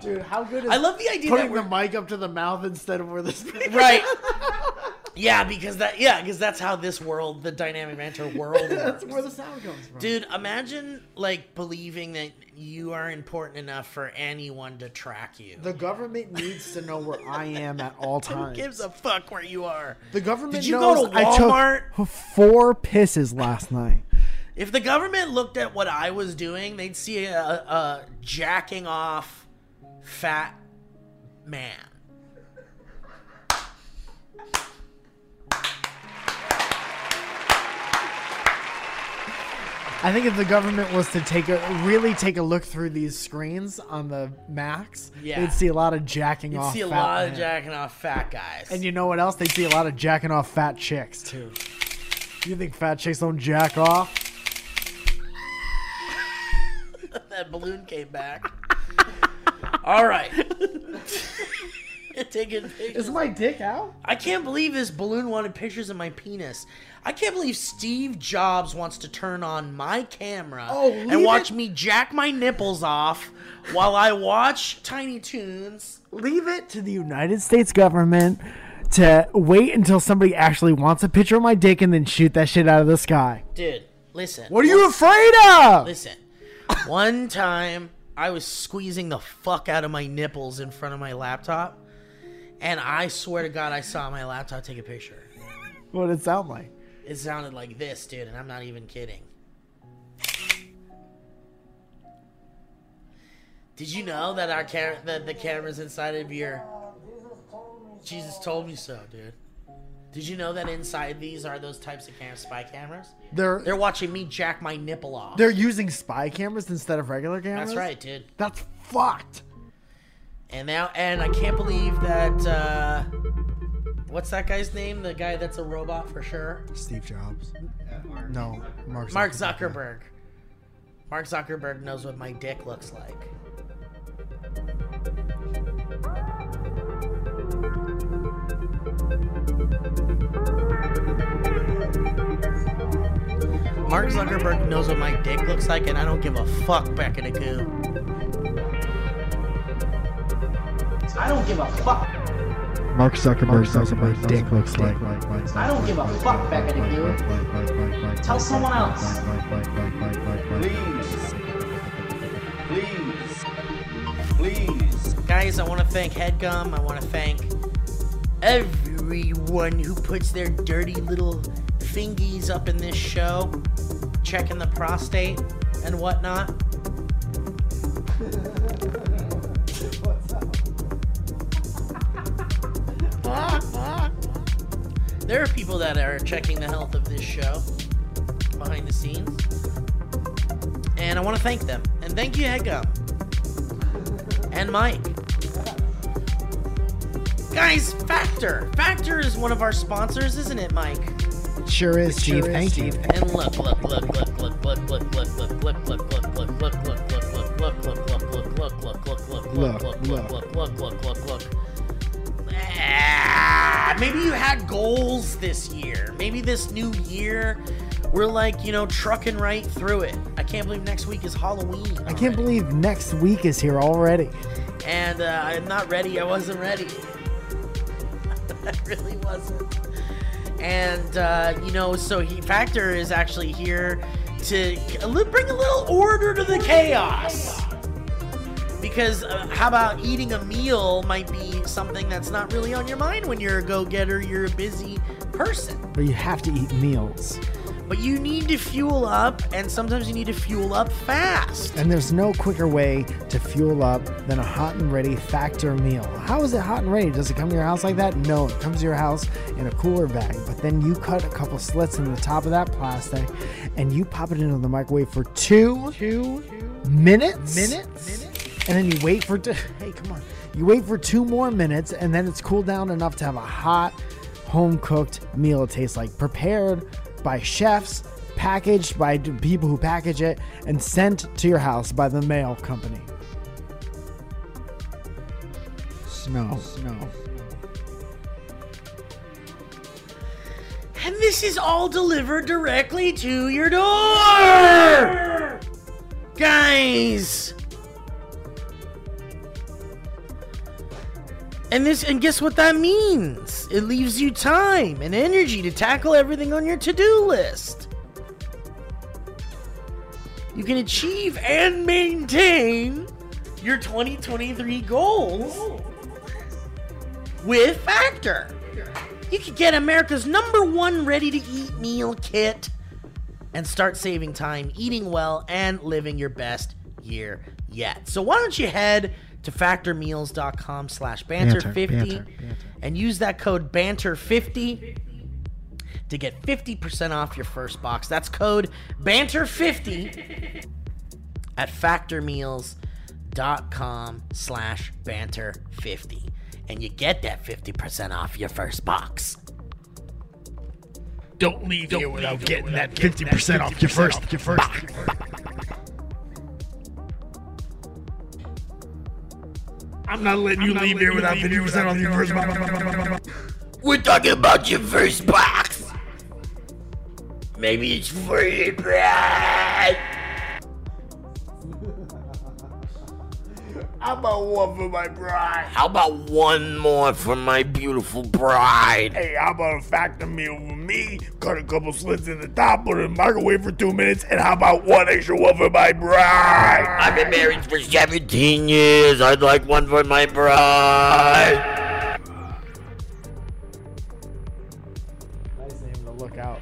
Speaker 7: Dude, how good is
Speaker 6: I love the idea that
Speaker 7: putting
Speaker 6: we're
Speaker 7: the mic up to the mouth instead of where this
Speaker 6: right. Yeah, because that yeah, because that's how this world, the dynamic mentor world works.
Speaker 7: That's where the sound comes from.
Speaker 6: Dude, imagine like believing that you are important enough for anyone to track you.
Speaker 7: The government needs to know where I am at all
Speaker 6: Who
Speaker 7: times.
Speaker 6: gives a fuck where you are?
Speaker 7: the government
Speaker 6: Did you go
Speaker 7: knows
Speaker 6: to Walmart?
Speaker 7: I took four pisses last night.
Speaker 6: If the government looked at what I was doing, they'd see a, a jacking off fat man.
Speaker 7: I think if the government was to take a really take a look through these screens on the Macs,
Speaker 6: Yeah.
Speaker 7: they'd see a lot of jacking
Speaker 6: You'd
Speaker 7: off.
Speaker 6: see a
Speaker 7: fat
Speaker 6: lot of
Speaker 7: men.
Speaker 6: jacking off fat guys.
Speaker 7: And you know what else? They'd see a lot of jacking off fat chicks too. You think fat chicks don't jack off?
Speaker 6: that balloon came back. All right. Taking pictures.
Speaker 7: Is my dick out?
Speaker 6: I can't believe this balloon wanted pictures of my penis. I can't believe Steve Jobs wants to turn on my camera
Speaker 7: Oh, leave
Speaker 6: and watch
Speaker 7: it-
Speaker 6: me jack my nipples off while I watch Tiny Toons.
Speaker 7: leave it to the United States government to wait until somebody actually wants a picture of my dick and then shoot that shit out of the sky.
Speaker 6: Dude, listen.
Speaker 7: What are you afraid of?
Speaker 6: Listen. One time I was squeezing the fuck out of my nipples in front of my laptop, and I swear to God, I saw my laptop take a picture.
Speaker 7: What it sound like?
Speaker 6: It sounded like this, dude, and I'm not even kidding. Did you know that our cam- that the cameras inside of your
Speaker 8: Jesus told me so.
Speaker 6: Jesus told me so, dude? Did you know that inside these are those types of cam- spy cameras?
Speaker 7: They're
Speaker 6: They're watching me jack my nipple off.
Speaker 7: they're using spy cameras instead of regular cameras.
Speaker 6: That's right, dude.
Speaker 7: That's fucked.
Speaker 6: And now, and I can't believe that. uh What's that guy's name? The guy that's a robot for sure.
Speaker 7: Steve Jobs. No, Mark.
Speaker 6: Mark Zuckerberg. Mark Zuckerberg knows what my dick looks like. Mark Zuckerberg knows what my dick looks like, and I don't give a fuck back in a goo. I don't give a fuck.
Speaker 7: Mark Zuckerberg knows what my dick looks like.
Speaker 6: I don't give a fuck back in a goo. Tell someone else.
Speaker 4: Please. Please. Please.
Speaker 6: Guys, I want to thank Headgum. I want to thank everyone who puts their dirty little fingies up in this show, checking the prostate and whatnot. There are people that are checking the health of this show behind the scenes. And I want to thank them. And thank you, Headgum and Mike. Guys, Factor. Factor is one of our sponsors, isn't it, Mike?
Speaker 7: Sure is, Steve. Thank you.
Speaker 6: And look, look, look, look, look, look, look, look, look, look, look, look, look, look, look, look, look, look, look, look, look, look, look, look, look, look, look, look, look, look, look, look, look. Ah, Maybe you had goals this year. Maybe this new year, we're like, you know, trucking right through it. I can't believe next week is Halloween.
Speaker 7: I can't believe next week is here already.
Speaker 6: and uh, I'm not ready. I wasn't ready. I really wasn't. And uh, you know, so he Factor is actually here to a li- bring a little order to the chaos. Because uh, how about eating a meal might be something that's not really on your mind when you're a go-getter, you're a busy person
Speaker 7: But you have to eat meals.
Speaker 6: but you need to fuel up and sometimes you need to fuel up fast
Speaker 7: And there's no quicker way to fuel up than a hot and ready factor meal. How is it hot and ready? Does it come to your house like that? No, it comes to your house in a cooler bag. But then you cut a couple slits in the top of that plastic and you pop it into the microwave for two, two minutes. Minutes? And then you wait for t- hey, come on. You wait for two more minutes and then it's cooled down enough to have a hot, home cooked meal it tastes like, prepared by chefs, packaged by d- people who package it, and sent to your house by the mail company. Snow, snow.
Speaker 6: and this is all delivered directly to your door guys and this and guess what that means it leaves you time and energy to tackle everything on your to-do list you can achieve and maintain your 2023 goals with Factor. You can get America's number one ready to eat meal kit and start saving time, eating well, and living your best year yet. So why don't you head to factormeals.com slash banter50
Speaker 7: banter, banter.
Speaker 6: and use that code banter50 to get 50% off your first box. That's code banter50 at factormeals.com slash banter50. And you get that 50% off your first box.
Speaker 9: Don't leave here without getting that 50% off your first, your first. I'm not letting you leave here without 50% off your first.
Speaker 6: We're talking about your first box. Maybe it's free bread.
Speaker 9: How about one for my bride?
Speaker 6: How about one more for my beautiful bride?
Speaker 9: Hey, how about a factor meal with me? Cut a couple slits in the top, put it in the microwave for two minutes, and how about one extra one for my bride?
Speaker 6: I've been married for 17 years. I'd like one for my bride.
Speaker 7: Nice name to look out.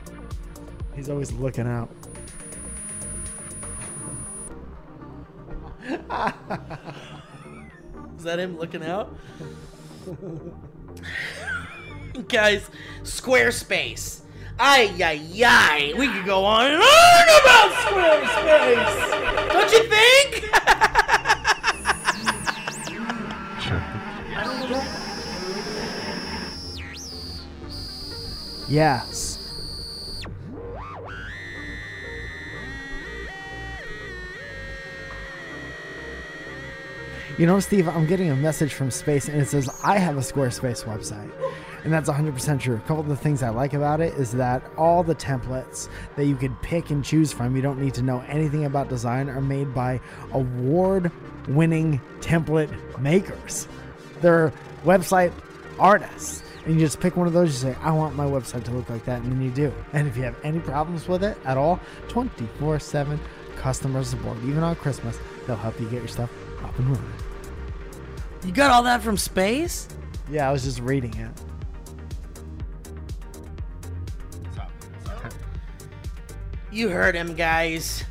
Speaker 7: He's always looking out.
Speaker 6: Is that him looking out? guys, Squarespace. Ay, ay, ay. We could go on and on about Squarespace. Don't you think?
Speaker 7: Yes. You know, Steve, I'm getting a message from space and it says, I have a Squarespace website. And that's 100% true. A couple of the things I like about it is that all the templates that you could pick and choose from, you don't need to know anything about design, are made by award winning template makers. They're website artists. And you just pick one of those, you say, I want my website to look like that, and then you do. And if you have any problems with it at all, 24 7 customer support, even on Christmas, they'll help you get your stuff up and running.
Speaker 6: You got all that from space?
Speaker 7: Yeah, I was just reading it.
Speaker 6: You heard him, guys.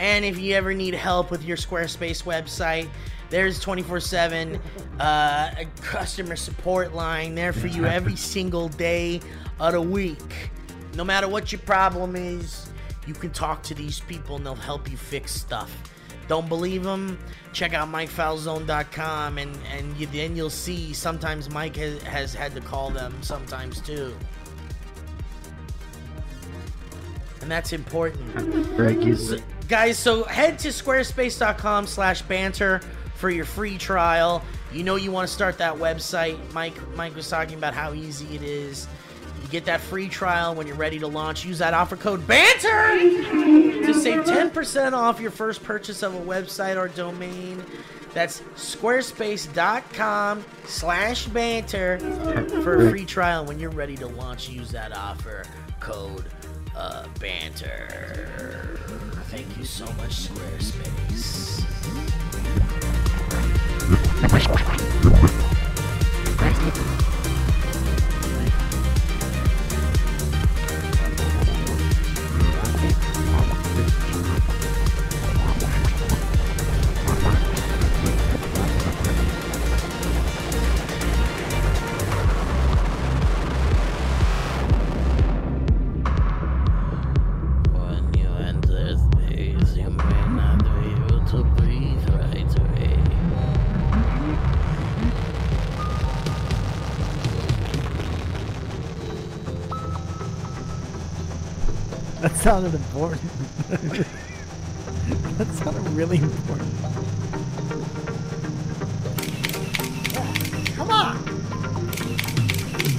Speaker 6: And if you ever need help with your Squarespace website, there's 24 7 uh, a customer support line there for you every single day of the week. No matter what your problem is, you can talk to these people and they'll help you fix stuff. Don't believe them? Check out MikeFoulZone.com and, and you, then you'll see sometimes Mike has, has had to call them sometimes too. And that's important guys so head to squarespace.com slash banter for your free trial you know you want to start that website mike mike was talking about how easy it is you get that free trial when you're ready to launch use that offer code banter to save 10% off your first purchase of a website or domain that's squarespace.com slash banter for a free trial when you're ready to launch use that offer code uh, banter Thank you so much, Squarespace. When you enter space, you may not be able to breathe right away.
Speaker 7: That sounded important. that sounded really important.
Speaker 6: Come on!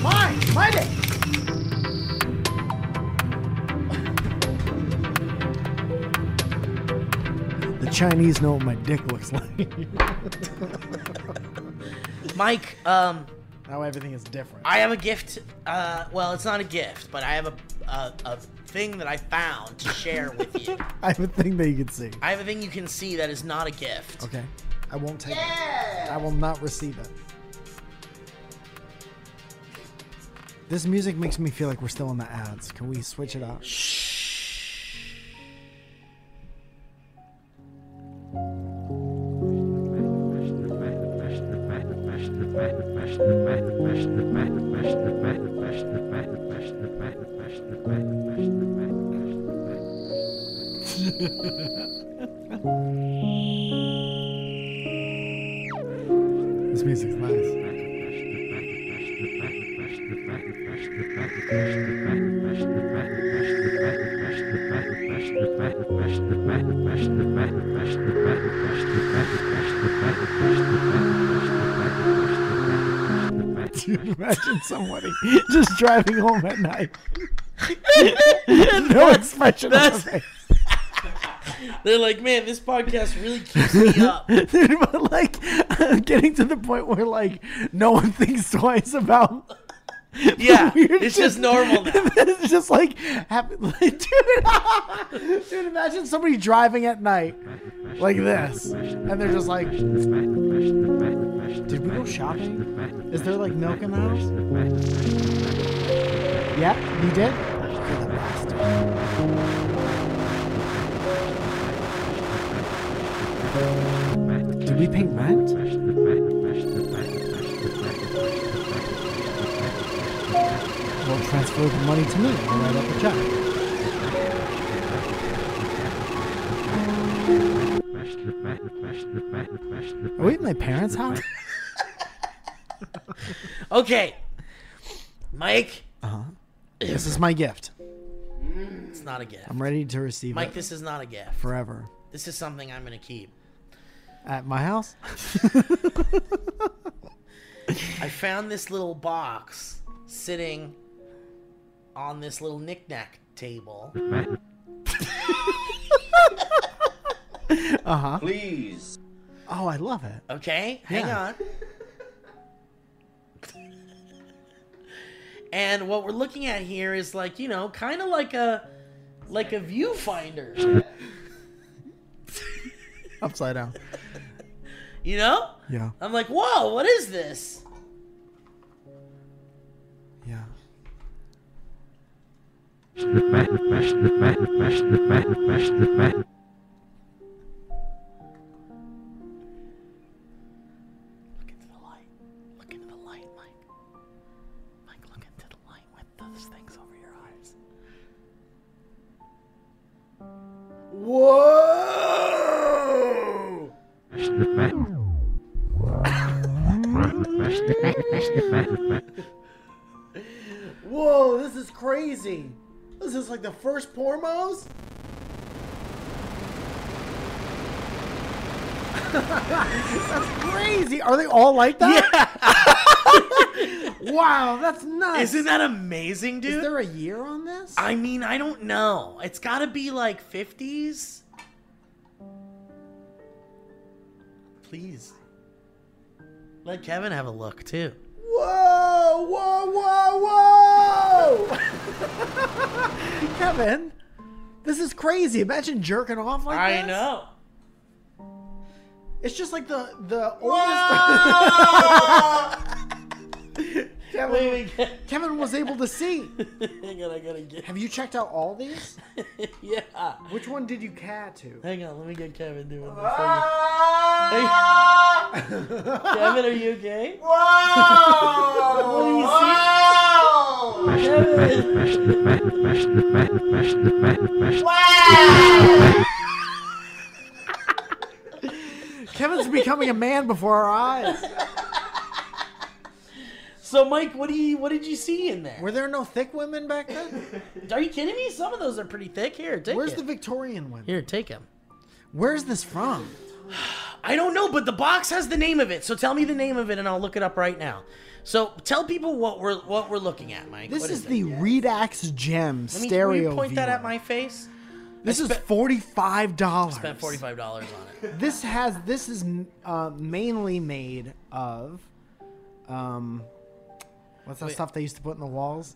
Speaker 6: Find, find it!
Speaker 7: The Chinese know what my dick looks like.
Speaker 6: Mike, um,
Speaker 7: now everything is different.
Speaker 6: I have a gift. Uh, well, it's not a gift, but I have a, a, a thing that I found to share with you.
Speaker 7: I have a thing that you can see.
Speaker 6: I have a thing you can see that is not a gift.
Speaker 7: Okay. I won't take it. I will not receive it. This music makes me feel like we're still in the ads. Can we switch it up? This music's nice. Dude, imagine somebody just driving home at night. no expression on their
Speaker 6: that's-
Speaker 7: face.
Speaker 6: They're like, man, this podcast really keeps me up.
Speaker 7: Dude, but like, I'm getting to the point where like no one thinks twice about.
Speaker 6: Yeah,
Speaker 7: weird
Speaker 6: it's
Speaker 7: shit.
Speaker 6: just normal now.
Speaker 7: it's just like, happen- like dude, dude, imagine somebody driving at night like this, and they're just like, "Did we go shopping? Is there like milk in the house? Yeah, you did. You're the bastard. Did we pay rent? transfer the money to me. I'll write up a check. Are we at my parents' house?
Speaker 6: Okay. Mike,
Speaker 7: Uh-huh. This is my gift.
Speaker 6: it's not a gift.
Speaker 7: I'm ready to receive
Speaker 6: Mike,
Speaker 7: it
Speaker 6: this is not a gift.
Speaker 7: forever.
Speaker 6: This is something I'm going to keep.
Speaker 7: At my house?
Speaker 6: I found this little box sitting on this little knickknack table.
Speaker 7: Uh huh.
Speaker 4: Please.
Speaker 7: Oh, I love it.
Speaker 6: Okay, hang
Speaker 7: Yeah.
Speaker 6: on. and what we're looking at here is like you know, kind of like a like a viewfinder.
Speaker 7: Upside down.
Speaker 6: You know,
Speaker 7: Yeah.
Speaker 6: I'm like, whoa, what is this?
Speaker 7: Yeah.
Speaker 6: Look into the light. Look into the light, Mike. Mike, look into the light with those things over your eyes.
Speaker 9: Whoa!
Speaker 6: Whoa, this is crazy. This is like the first pormos?
Speaker 7: Crazy. Are they all like that?
Speaker 6: Yeah.
Speaker 7: Wow, that's nuts.
Speaker 6: Isn't that amazing, dude?
Speaker 7: Is there a year on this?
Speaker 6: I mean, I don't know. It's got to be like 50s. Please. Let Kevin have a look, too.
Speaker 7: Whoa, whoa, whoa, whoa! Kevin, this is crazy. Imagine jerking off like
Speaker 6: I
Speaker 7: this.
Speaker 6: know.
Speaker 7: It's just like the the oldest. Kevin,
Speaker 6: Wait, wait,
Speaker 7: Kevin was able to see.
Speaker 6: hang on, I gotta get.
Speaker 7: Have you checked out all these?
Speaker 6: yeah.
Speaker 7: Which one did you cat to?
Speaker 6: Hang on, let me get Kevin doing this. Hang on. Hey, Kevin, are you okay? Whoa! what do you see? Kevin!
Speaker 7: Kevin's becoming a man before our eyes.
Speaker 6: So, Mike, what do you what did you see in there?
Speaker 7: Were there no thick women back then?
Speaker 6: Are you kidding me? Some of those are pretty thick. Here, take
Speaker 7: Where's
Speaker 6: it.
Speaker 7: the Victorian women?
Speaker 6: Here, take him.
Speaker 7: Where's this from?
Speaker 6: I don't know, but the box has the name of it. So tell me the name of it, and I'll look it up right now. So tell people what we're what we're looking at, Mike.
Speaker 7: This
Speaker 6: What
Speaker 7: is
Speaker 6: it?
Speaker 7: the Redax Gem
Speaker 6: Let me,
Speaker 7: stereo.
Speaker 6: Will you point that
Speaker 7: viewer.
Speaker 6: at my face?
Speaker 7: This is forty-five dollars.
Speaker 6: Spent forty five dollars on it.
Speaker 7: This has this is uh, mainly made of, um, what's that stuff they used to put in the walls?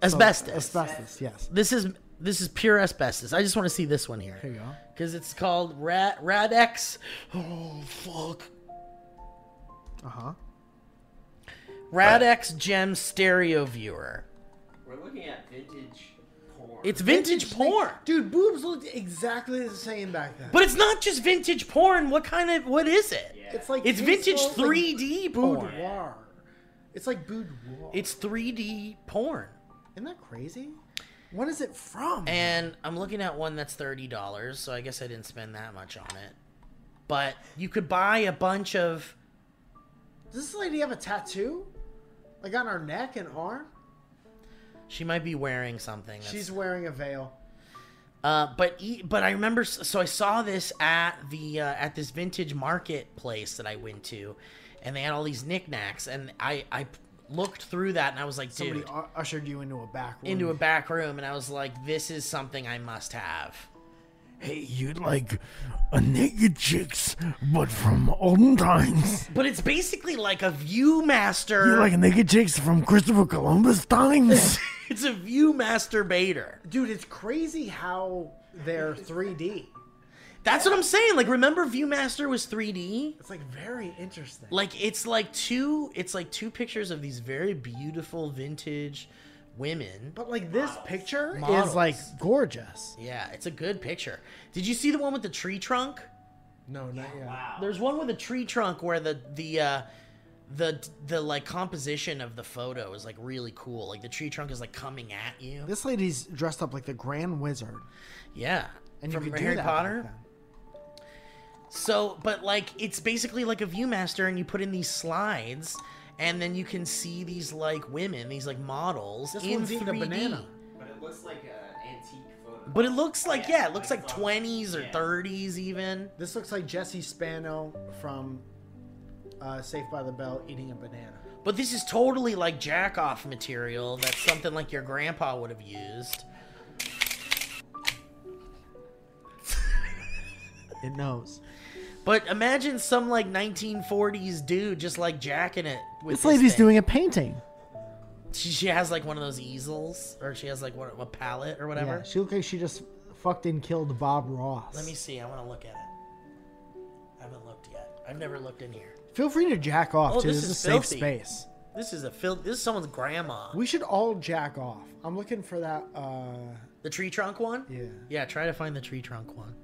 Speaker 6: Asbestos.
Speaker 7: Asbestos. Yes.
Speaker 6: This is this is pure asbestos. I just want to see this one here
Speaker 7: There you go.
Speaker 6: because it's called Rad Radex. Oh fuck.
Speaker 7: Uh huh.
Speaker 6: Radex Gem Stereo Viewer.
Speaker 1: We're looking at vintage porn.
Speaker 6: It's vintage, porn.
Speaker 7: Dude, boobs looked exactly the same back then.
Speaker 6: But it's not just vintage porn. What kind of what is it?
Speaker 7: it's like
Speaker 6: It's vintage
Speaker 7: peaceful, like
Speaker 6: 3D porn.
Speaker 7: boudoir. It's like boudoir.
Speaker 6: It's 3D porn.
Speaker 7: Isn't that crazy? When is it from?
Speaker 6: And I'm looking at one that's $30, so I guess I didn't spend that much on it. But you could buy a bunch of
Speaker 7: Does this lady have a tattoo? Like on her neck and arm?
Speaker 6: she might be wearing something. That's,
Speaker 7: She's wearing a veil.
Speaker 6: uh, but e- but I remember s- so I saw this at the uh, at this vintage marketplace that I went to, and they had all these knickknacks, and I I looked through that and I was like,
Speaker 7: Somebody
Speaker 6: dude,
Speaker 7: u- ushered you into a back room.
Speaker 6: into a back room, and I was like, this is something I must have.
Speaker 9: Hey, you like a naked chicks, but from olden times.
Speaker 6: But it's basically like a ViewMaster.
Speaker 9: You like naked chicks from Christopher Columbus times.
Speaker 6: it's a ViewMaster Bader.
Speaker 7: Dude, it's crazy how they're 3D.
Speaker 6: That's what I'm saying. Like, remember ViewMaster was 3D?
Speaker 7: It's like very interesting.
Speaker 6: Like, it's like two. It's like two pictures of these very beautiful vintage women.
Speaker 7: but like this picture
Speaker 6: Models.
Speaker 7: is like gorgeous.
Speaker 6: yeah, it's a good picture. Did you see the one with the tree trunk?
Speaker 7: No, not yet.
Speaker 6: There's one with a tree trunk where the the uh, the the like composition of the photo is like really cool. Like the tree trunk is like coming at you.
Speaker 7: This lady's dressed up like the Grand Wizard,
Speaker 6: Yeah,
Speaker 7: and
Speaker 6: from
Speaker 7: you could do
Speaker 6: Harry
Speaker 7: that back
Speaker 6: Potter.
Speaker 7: then.
Speaker 6: So, but like it's basically like a ViewMaster, and you put in these slides, and then you can see these like women, these like models
Speaker 7: This
Speaker 6: in
Speaker 7: one's eating a
Speaker 6: 3D.
Speaker 7: banana.
Speaker 1: But it looks like an antique photo.
Speaker 6: But it looks like yeah,
Speaker 1: Yeah,
Speaker 6: it looks
Speaker 1: like
Speaker 6: like
Speaker 1: photo.
Speaker 6: 20s or
Speaker 1: Yeah.
Speaker 6: 30s even.
Speaker 7: This looks like Jesse Spano from uh, Safe by the Bell eating a banana.
Speaker 6: But this is totally like jack off material. That's something like your grandpa would have used.
Speaker 7: It knows.
Speaker 6: But imagine some like 1940s dude just like jacking it. With
Speaker 7: This, lady's
Speaker 6: thing.
Speaker 7: doing a painting.
Speaker 6: She, she has like one of those easels, or she has like one, a palette or whatever.
Speaker 7: Yeah, she looked like she just fucked and killed Bob Ross.
Speaker 6: Let me see. I want to look at it. I haven't looked yet. I've never looked in here.
Speaker 7: Feel free to jack off
Speaker 6: Oh,
Speaker 7: too.
Speaker 6: this is
Speaker 7: This, is a safe
Speaker 6: filthy.
Speaker 7: space.
Speaker 6: This is a fil- This is someone's grandma.
Speaker 7: We should all jack off. I'm looking for that. uh
Speaker 6: The tree trunk one.
Speaker 7: Yeah.
Speaker 6: Yeah. Try to find the tree trunk one,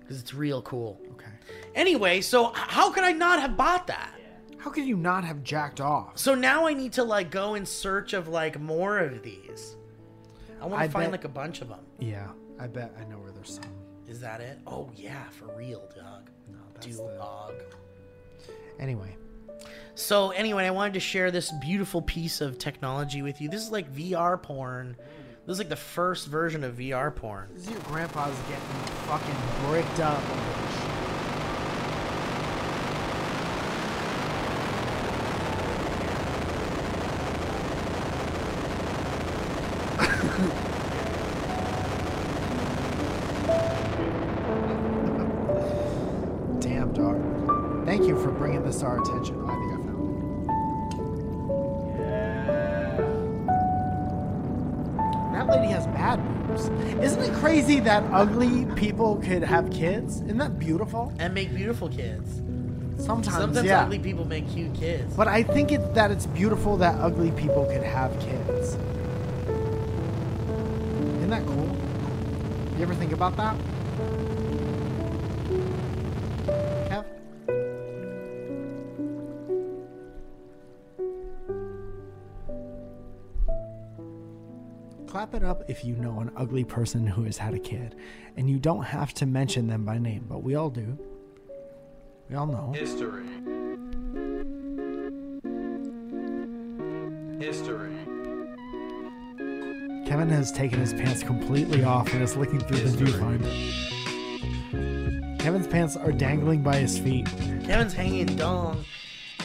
Speaker 6: because it's real cool.
Speaker 7: Okay.
Speaker 6: Anyway, so h- how could I not have bought that?
Speaker 7: How could you not have jacked off?
Speaker 6: So now I need to like go in search of like more of these. I want
Speaker 7: I
Speaker 6: to find
Speaker 7: bet-
Speaker 6: like a bunch of them.
Speaker 7: Yeah, I bet I know where there's some.
Speaker 6: Is that it? Oh yeah, for real, dog. No,
Speaker 7: that's
Speaker 6: Dude,
Speaker 7: the-
Speaker 6: dog.
Speaker 7: Anyway,
Speaker 6: So anyway, I wanted to share this beautiful piece of technology with you. This is like VR porn. This is like the first version of VR porn.
Speaker 7: this is your grandpa's getting fucking bricked up. Damn, dog. Thank you for bringing this to our attention. I think I found it. That lady has mad boobs. Isn't it crazy that ugly people could have kids? Isn't that beautiful?
Speaker 6: And make beautiful kids.
Speaker 7: Sometimes,
Speaker 6: Sometimes
Speaker 7: yeah.
Speaker 6: ugly people make cute kids.
Speaker 7: But I think it, that it's beautiful that ugly people could have kids. Isn't that cool? You ever think about that? Kev? Clap it up if you know an ugly person who has had a kid. And you don't have to mention them by name, but we all do. We all know.
Speaker 2: History. History.
Speaker 7: Kevin has taken his pants completely off and is looking through the viewfinder. Kevin's pants are dangling by his feet.
Speaker 6: Kevin's hanging dong,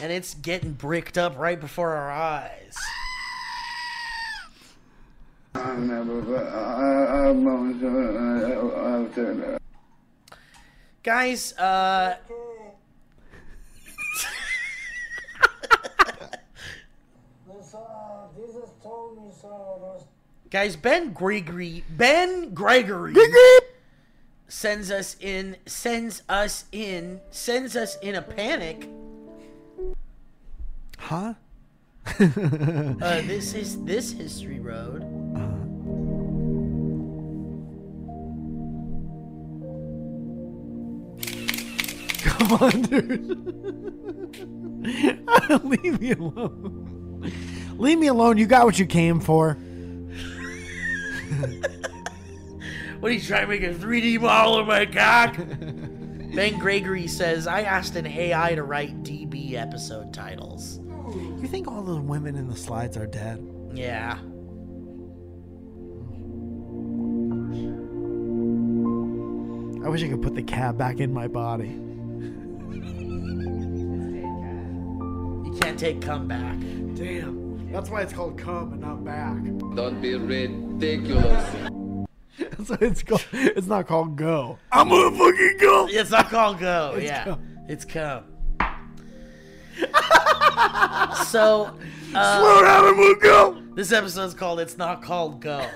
Speaker 6: and it's getting bricked up right before our eyes. Guys, uh,
Speaker 8: Okay. this, uh, this is told me so.
Speaker 6: guys, Ben Gregory, Ben Gregory sends us in, sends us in, sends us in a panic.
Speaker 7: Huh?
Speaker 6: Uh, this is this history road.
Speaker 7: Come on, dude. Leave me alone. Leave me alone. You got what you came for.
Speaker 6: What are you trying to make a 3D model of my cock? ben Gregory says, I asked an AI to write DB episode titles.
Speaker 7: You think all the women in the slides are dead?
Speaker 6: Yeah.
Speaker 7: I wish I could put the cab back in my body.
Speaker 6: You can't take comeback.
Speaker 7: Damn. That's why it's called come and not back.
Speaker 10: Don't be ridiculous.
Speaker 7: That's why it's called. It's not called go.
Speaker 9: I'm gonna fucking go.
Speaker 6: It's not called go. yeah.
Speaker 7: come.
Speaker 6: It's come. so uh,
Speaker 9: Slow down and we'll go.
Speaker 6: this episode's called It's Not Called Go.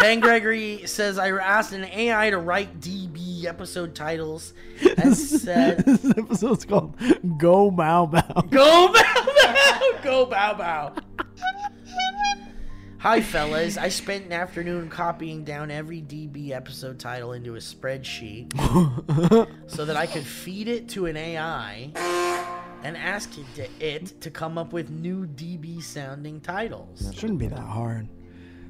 Speaker 6: ben Gregory says I asked an AI to write DB episode titles and said
Speaker 7: this episode's called Go Mau Mau.
Speaker 6: Go bow bow go bow bow. Hi fellas, I spent an afternoon copying down every DB episode title into a spreadsheet so that I could feed it to an AI and ask it to, it to come up with new DB sounding titles.
Speaker 7: It shouldn't be that hard.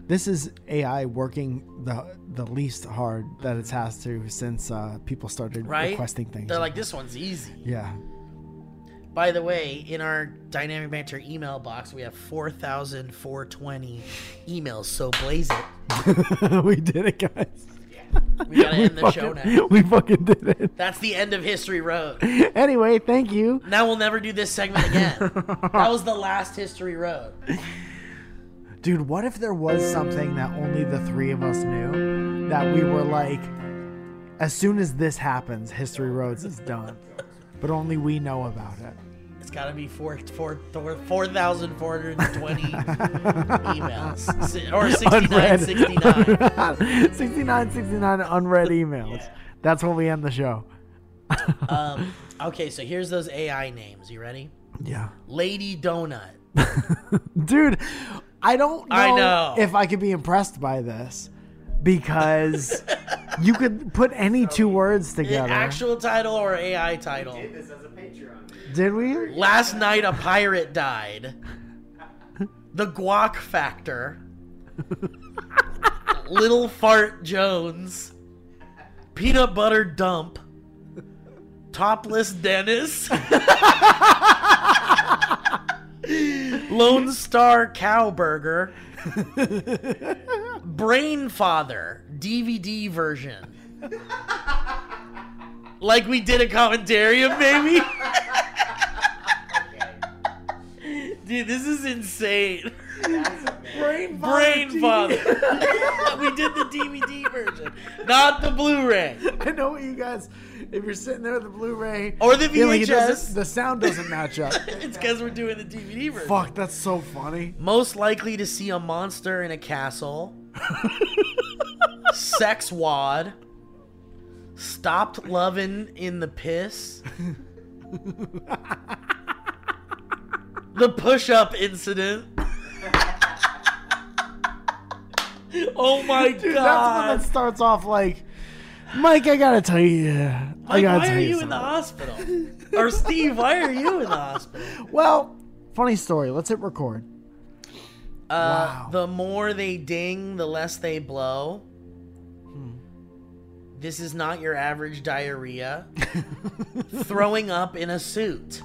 Speaker 7: This is AI working the the least hard that it's has to since uh, people started
Speaker 6: Right?
Speaker 7: requesting things.
Speaker 6: They're like, this one's easy.
Speaker 7: yeah,
Speaker 6: By the way, in our Dynamic Banter email box, we have 4,420 emails, so blaze it.
Speaker 7: we did it, guys.
Speaker 6: We gotta end the show
Speaker 7: fucking-
Speaker 6: now.
Speaker 7: We fucking did it.
Speaker 6: That's the end of History Road.
Speaker 7: Anyway, thank you.
Speaker 6: Now we'll never do this segment again. that was the last History Road.
Speaker 7: Dude, what if there was something that only the three of us knew that we were like, as soon as this happens, History Roads is done, but only we know about it.
Speaker 6: It's gotta be four four four four thousand four hundred and twenty emails. Si- Or sixty nine
Speaker 7: Unread.
Speaker 6: sixty nine.
Speaker 7: 69, 69 unread emails. That's when we end the show.
Speaker 6: Um okay, so here's those AI names. You ready?
Speaker 7: Yeah.
Speaker 6: Lady Donut.
Speaker 7: Dude, I don't know,
Speaker 6: I know.
Speaker 7: if I could be impressed by this because you could put any two words together.
Speaker 6: Actual title or AI title?
Speaker 7: Did we?
Speaker 6: Last night a pirate died. The Guac Factor. Little Fart Jones. Peanut Butter Dump. Topless Dennis. Lone Star Cowburger. Brain Father DVD version. Like we did a commentarium, maybe? Dude, this is insane.
Speaker 7: Brain
Speaker 6: Brain Father. we did the DVD version, not the Blu-ray.
Speaker 7: I know what you guys. If you're sitting there with the Blu-ray
Speaker 6: Or the
Speaker 7: feeling it doesn't-
Speaker 6: VHS.
Speaker 7: the sound doesn't match up.
Speaker 6: It's because we're doing the DVD version.
Speaker 7: Fuck, that's so funny.
Speaker 6: Most likely to see a monster in a castle. Sex wad. Stopped loving in the piss. the push-up incident. oh my god!
Speaker 7: Dude, that's one that starts off like, Mike, I gotta tell you, I
Speaker 6: Like,
Speaker 7: gotta
Speaker 6: why
Speaker 7: tell
Speaker 6: are
Speaker 7: you,
Speaker 6: you in the
Speaker 7: something."
Speaker 6: hospital? or Steve, why are you in the hospital?
Speaker 7: Well, funny story. Let's hit record.
Speaker 6: Uh, The more they ding, the less they blow. Hmm. This is not your average diarrhea. Throwing up in a suit.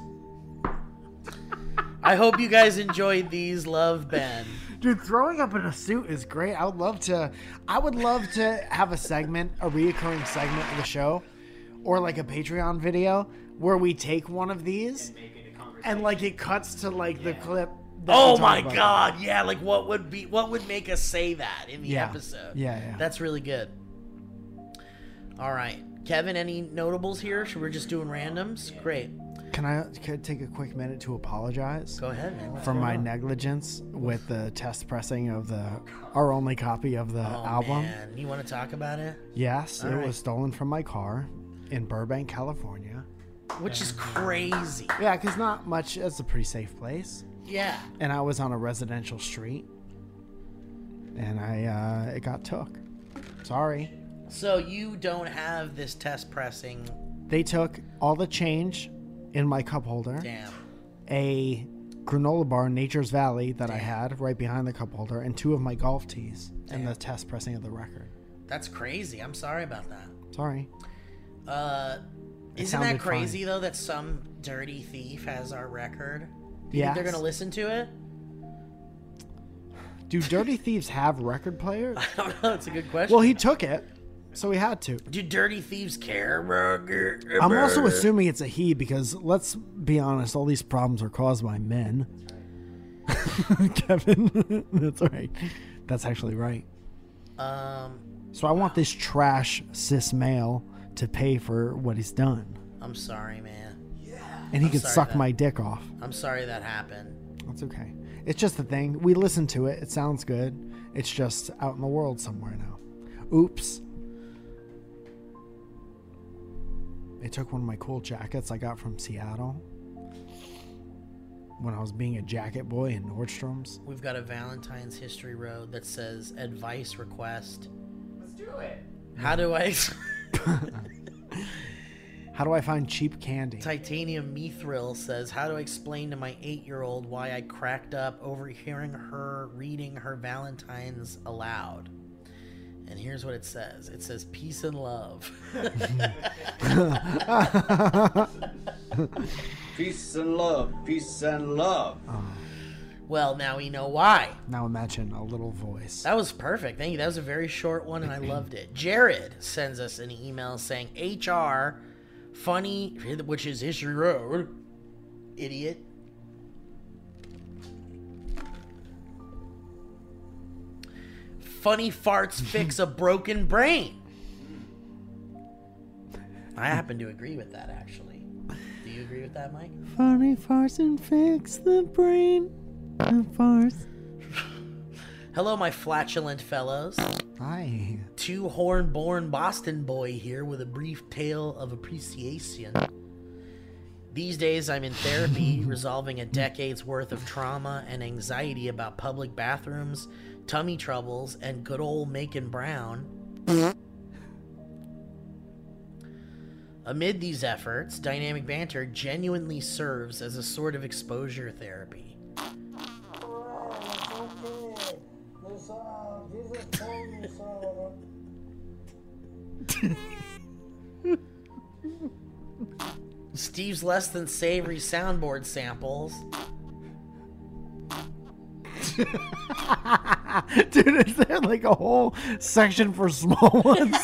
Speaker 6: I hope you guys enjoyed these. Love Ben.
Speaker 7: Dude, throwing up in a suit is great. I would love to. I would love to have a segment, a reoccurring segment of the show, or like a Patreon video where we take one of these and, like it cuts to like the clip. that we're
Speaker 6: Oh
Speaker 7: talking
Speaker 6: my
Speaker 7: about.
Speaker 6: god, yeah, like what would be what would make us say that in the
Speaker 7: Yeah.
Speaker 6: episode?
Speaker 7: Yeah, yeah.
Speaker 6: That's really good. All right. Kevin, any notables here? Should we're just doing randoms? Great.
Speaker 7: Can I, can I take a quick minute to apologize
Speaker 6: Go ahead, man. What's
Speaker 7: for
Speaker 6: going
Speaker 7: my
Speaker 6: on?
Speaker 7: negligence with the test pressing of the our only copy of the
Speaker 6: Oh,
Speaker 7: album?
Speaker 6: Man. You want to talk about it?
Speaker 7: Yes,
Speaker 6: All
Speaker 7: it
Speaker 6: right.
Speaker 7: was stolen from my car in Burbank, California.
Speaker 6: Which is
Speaker 7: Uh-huh.
Speaker 6: crazy.
Speaker 7: Yeah, because not much. It's a pretty safe place.
Speaker 6: Yeah.
Speaker 7: and I was on a residential street, and I uh, it got took. Sorry,
Speaker 6: So you don't have this test pressing.
Speaker 7: they took all the change in my cup holder,
Speaker 6: Damn.
Speaker 7: a granola bar, in Nature's Valley, that I had right behind the cup holder, and two of my golf tees, and the test pressing of the record.
Speaker 6: That's crazy. I'm sorry about that.
Speaker 7: Sorry,
Speaker 6: Uh,
Speaker 7: It
Speaker 6: isn't
Speaker 7: sounded
Speaker 6: that crazy though that some dirty thief has our record? Do you think they're
Speaker 7: Yes.
Speaker 6: gonna listen to it?
Speaker 7: do dirty thieves have record players?
Speaker 6: I don't know. It's a good question.
Speaker 7: Well, he took it, so he had to.
Speaker 6: Do dirty thieves care?
Speaker 7: I'm also assuming it's a he because let's be honest, all these problems are caused by men. Kevin, that's right. That's actually right.
Speaker 6: Um,
Speaker 7: So I want this trash cis male to pay for what he's done,
Speaker 6: I'm sorry, man.
Speaker 7: and he
Speaker 6: I'm
Speaker 7: could
Speaker 6: sorry,
Speaker 7: suck
Speaker 6: man.
Speaker 7: my dick off.
Speaker 6: I'm sorry that happened.
Speaker 7: That's okay. It's just a thing. We listen to it. It sounds good. It's just out in the world somewhere now. Oops. They took one of my cool jackets I got from Seattle when I was being a jacket boy in Nordstrom's.
Speaker 6: We've got a Valentine's history road that says advice request.
Speaker 1: Let's do it.
Speaker 6: How do I?
Speaker 7: How do I find cheap candy?
Speaker 6: Titanium Mithril says, How do I explain to my eight year old why I cracked up overhearing her reading her Valentine's aloud? And here's what it says it says, Peace and love.
Speaker 4: Peace and love, peace and love.
Speaker 6: well, now we know why.
Speaker 7: Now imagine a little voice.
Speaker 6: That was perfect. Thank you. That was a very short one, and I loved it. Jared sends us an email saying, HR, funny, which is History Road, idiot. Funny farts fix a broken brain. I happen to agree with that, actually. Do you agree with that, Mike?
Speaker 7: Funny farce and fix the brain. The farce.
Speaker 6: Hello, my flatulent fellows.
Speaker 7: Hi.
Speaker 6: Two horn born Boston boy here with a brief tale of appreciation. These days, I'm in therapy, resolving a decade's worth of trauma and anxiety about public bathrooms, tummy troubles, and good old Macon Brown. Amid these efforts, dynamic banter genuinely serves as a sort of exposure therapy.
Speaker 8: Okay. This, uh, Jesus told me so.
Speaker 6: Steve's less than savory soundboard samples.
Speaker 7: Dude, is there like a whole section for small ones?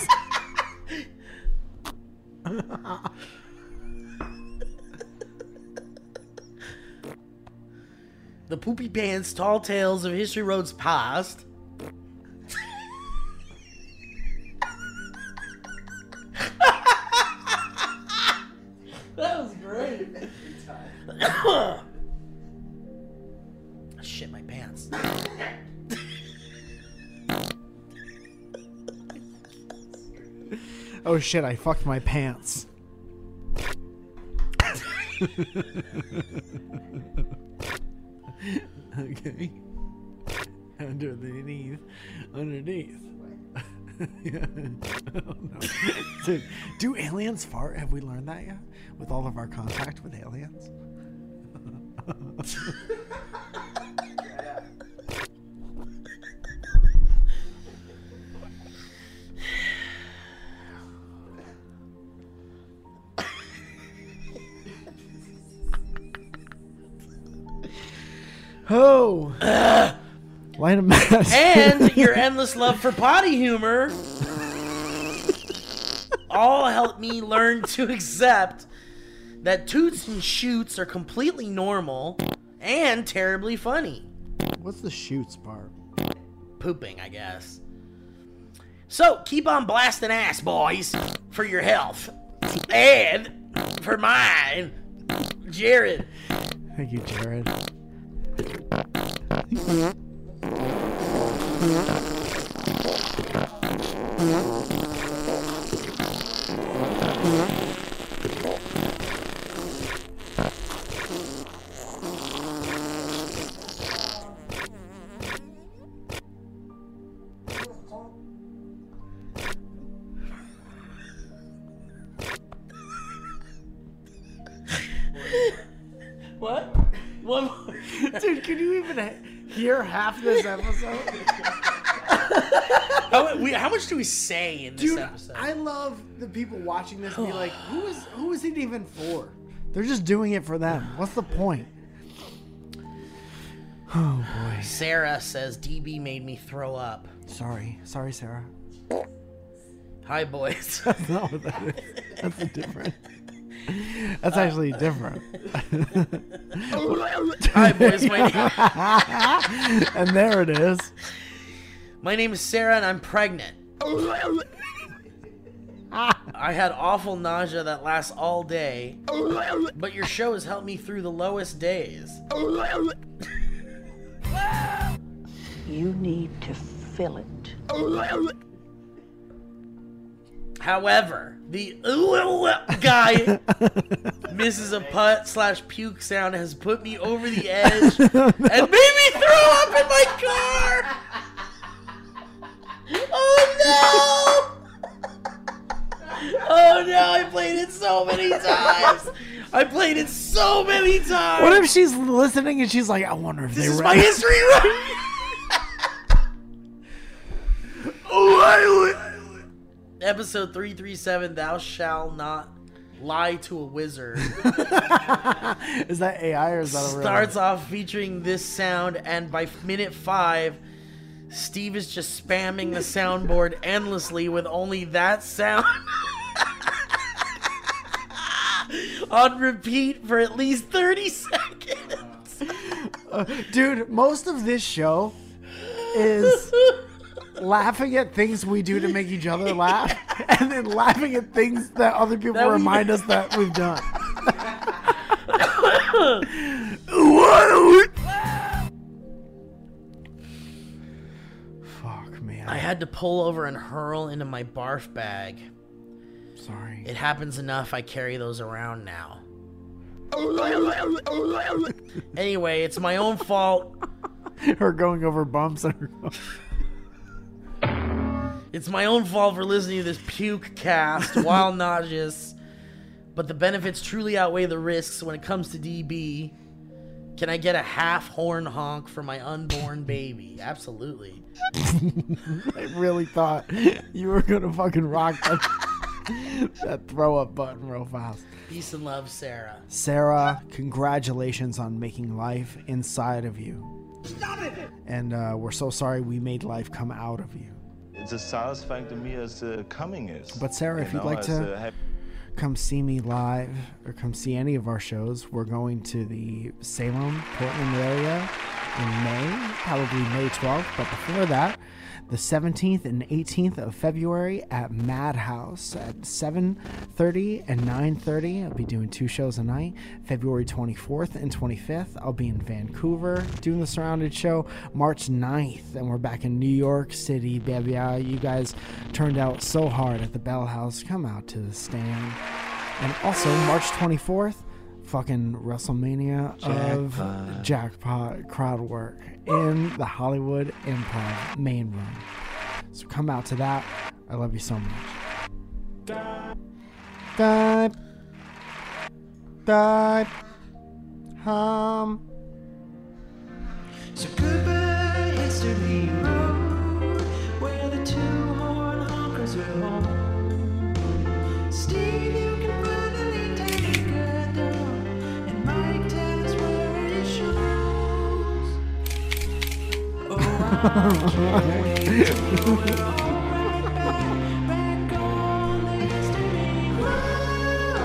Speaker 6: The Poopy Pants Tall Tales of History Road's Past. that was great. Shit, my pants.
Speaker 7: oh shit, I fucked my pants. okay. Underneath. Underneath. Yeah. Oh, no. Dude, do aliens fart? Have we learned that yet? With all of our contact with aliens? Oh! Light a match.
Speaker 6: And your endless love for potty humor all helped me learn to accept that toots and shoots are completely normal and terribly funny.
Speaker 7: What's the shoots part?
Speaker 6: pooping, I guess. So keep on blasting ass, boys, for your health and for mine. Jared,
Speaker 7: Thank you, Jared.
Speaker 6: what? One more.
Speaker 7: Dude, can you even hear half this episode?
Speaker 6: How, we, how much do we say in this
Speaker 7: Dude,
Speaker 6: episode?
Speaker 7: I love the people watching this be like, who is who is it even for? They're just doing it for them. What's the point? Oh boy.
Speaker 6: Sarah says DB made me throw up.
Speaker 7: Sorry. Sorry, Sarah.
Speaker 6: Hi, boys.
Speaker 7: No, that is, that's a different. That's
Speaker 6: Uh,
Speaker 7: actually different.
Speaker 6: Hi, boys. My name,
Speaker 7: and there it is.
Speaker 6: my name is Sarah, and I'm pregnant. I had awful nausea that lasts all day, but your show has helped me through the lowest days.
Speaker 11: You need to fill it.
Speaker 6: However, the guy misses a putt slash puke sound has put me over the edge and made me throw up in my car. Oh no! Oh no, I played it so many times. I played it so many times.
Speaker 7: What if she's listening and she's like, I wonder if they
Speaker 6: This is
Speaker 7: read
Speaker 6: my
Speaker 7: it."
Speaker 6: history right?
Speaker 7: Oh,
Speaker 6: Episode 337 Thou Shall Not Lie to a Wizard
Speaker 7: Is that AI or is that a real?
Speaker 6: starts off featuring this sound, and by minute five, Steve is just spamming the soundboard endlessly with only that sound on repeat for at least 30 seconds.
Speaker 7: Uh, dude, most of this show is laughing at things we do to make each other laugh, and then laughing at things that other people
Speaker 5: That we-
Speaker 7: remind us that we've done. Fuck, man.
Speaker 6: I had to pull over and hurl into my barf bag.
Speaker 7: Sorry.
Speaker 6: It happens enough, I carry those around now. Anyway, it's my own fault.
Speaker 7: Her going over bumps. And her
Speaker 6: It's my own fault for listening to this puke cast while nauseous, but the benefits truly outweigh the risks when it comes to DB. Can I get a half horn honk for my unborn baby? Absolutely.
Speaker 7: I really thought you were gonna fucking rock that, that throw up button real fast.
Speaker 6: Peace and love, Sarah.
Speaker 7: Sarah, congratulations on making life inside of you.
Speaker 6: Stop it!
Speaker 7: And uh, we're so sorry we made life come out of you.
Speaker 12: It's as satisfying to me as uh, coming is.
Speaker 7: But Sarah, if
Speaker 12: You
Speaker 7: you'd
Speaker 12: know,
Speaker 7: like
Speaker 12: as,
Speaker 7: to
Speaker 12: uh, hap-
Speaker 7: come see me live or come see any of our shows, we're going to the Salem, Portland area in May, probably May 12th. But before that, the 17th and 18th of February at Madhouse at 7:30 and 9:30. I'll be doing two shows a night. February 24th and 25th, I'll be in Vancouver doing the Surrounded show. March 9th, and we're back in New York City, baby. Uh, You guys turned out so hard at the Bell House. Come out to the stand. And also March 24th, fucking WrestleMania of
Speaker 12: Jackpot.
Speaker 7: Jackpot crowd work in the Hollywood Improv main room. So come out to that. I love you so much. Dive. Dive. Hum.
Speaker 5: So goodbye, history road, where the two horn honkers will home. Steve, you can finally take a down, and Mike tell us where it shows. Oh, I can't wait till we're all right back, back on the history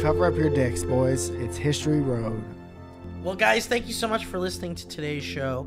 Speaker 7: Cover up your dicks, boys. It's History Road.
Speaker 6: Well, guys, thank you so much for listening to today's show.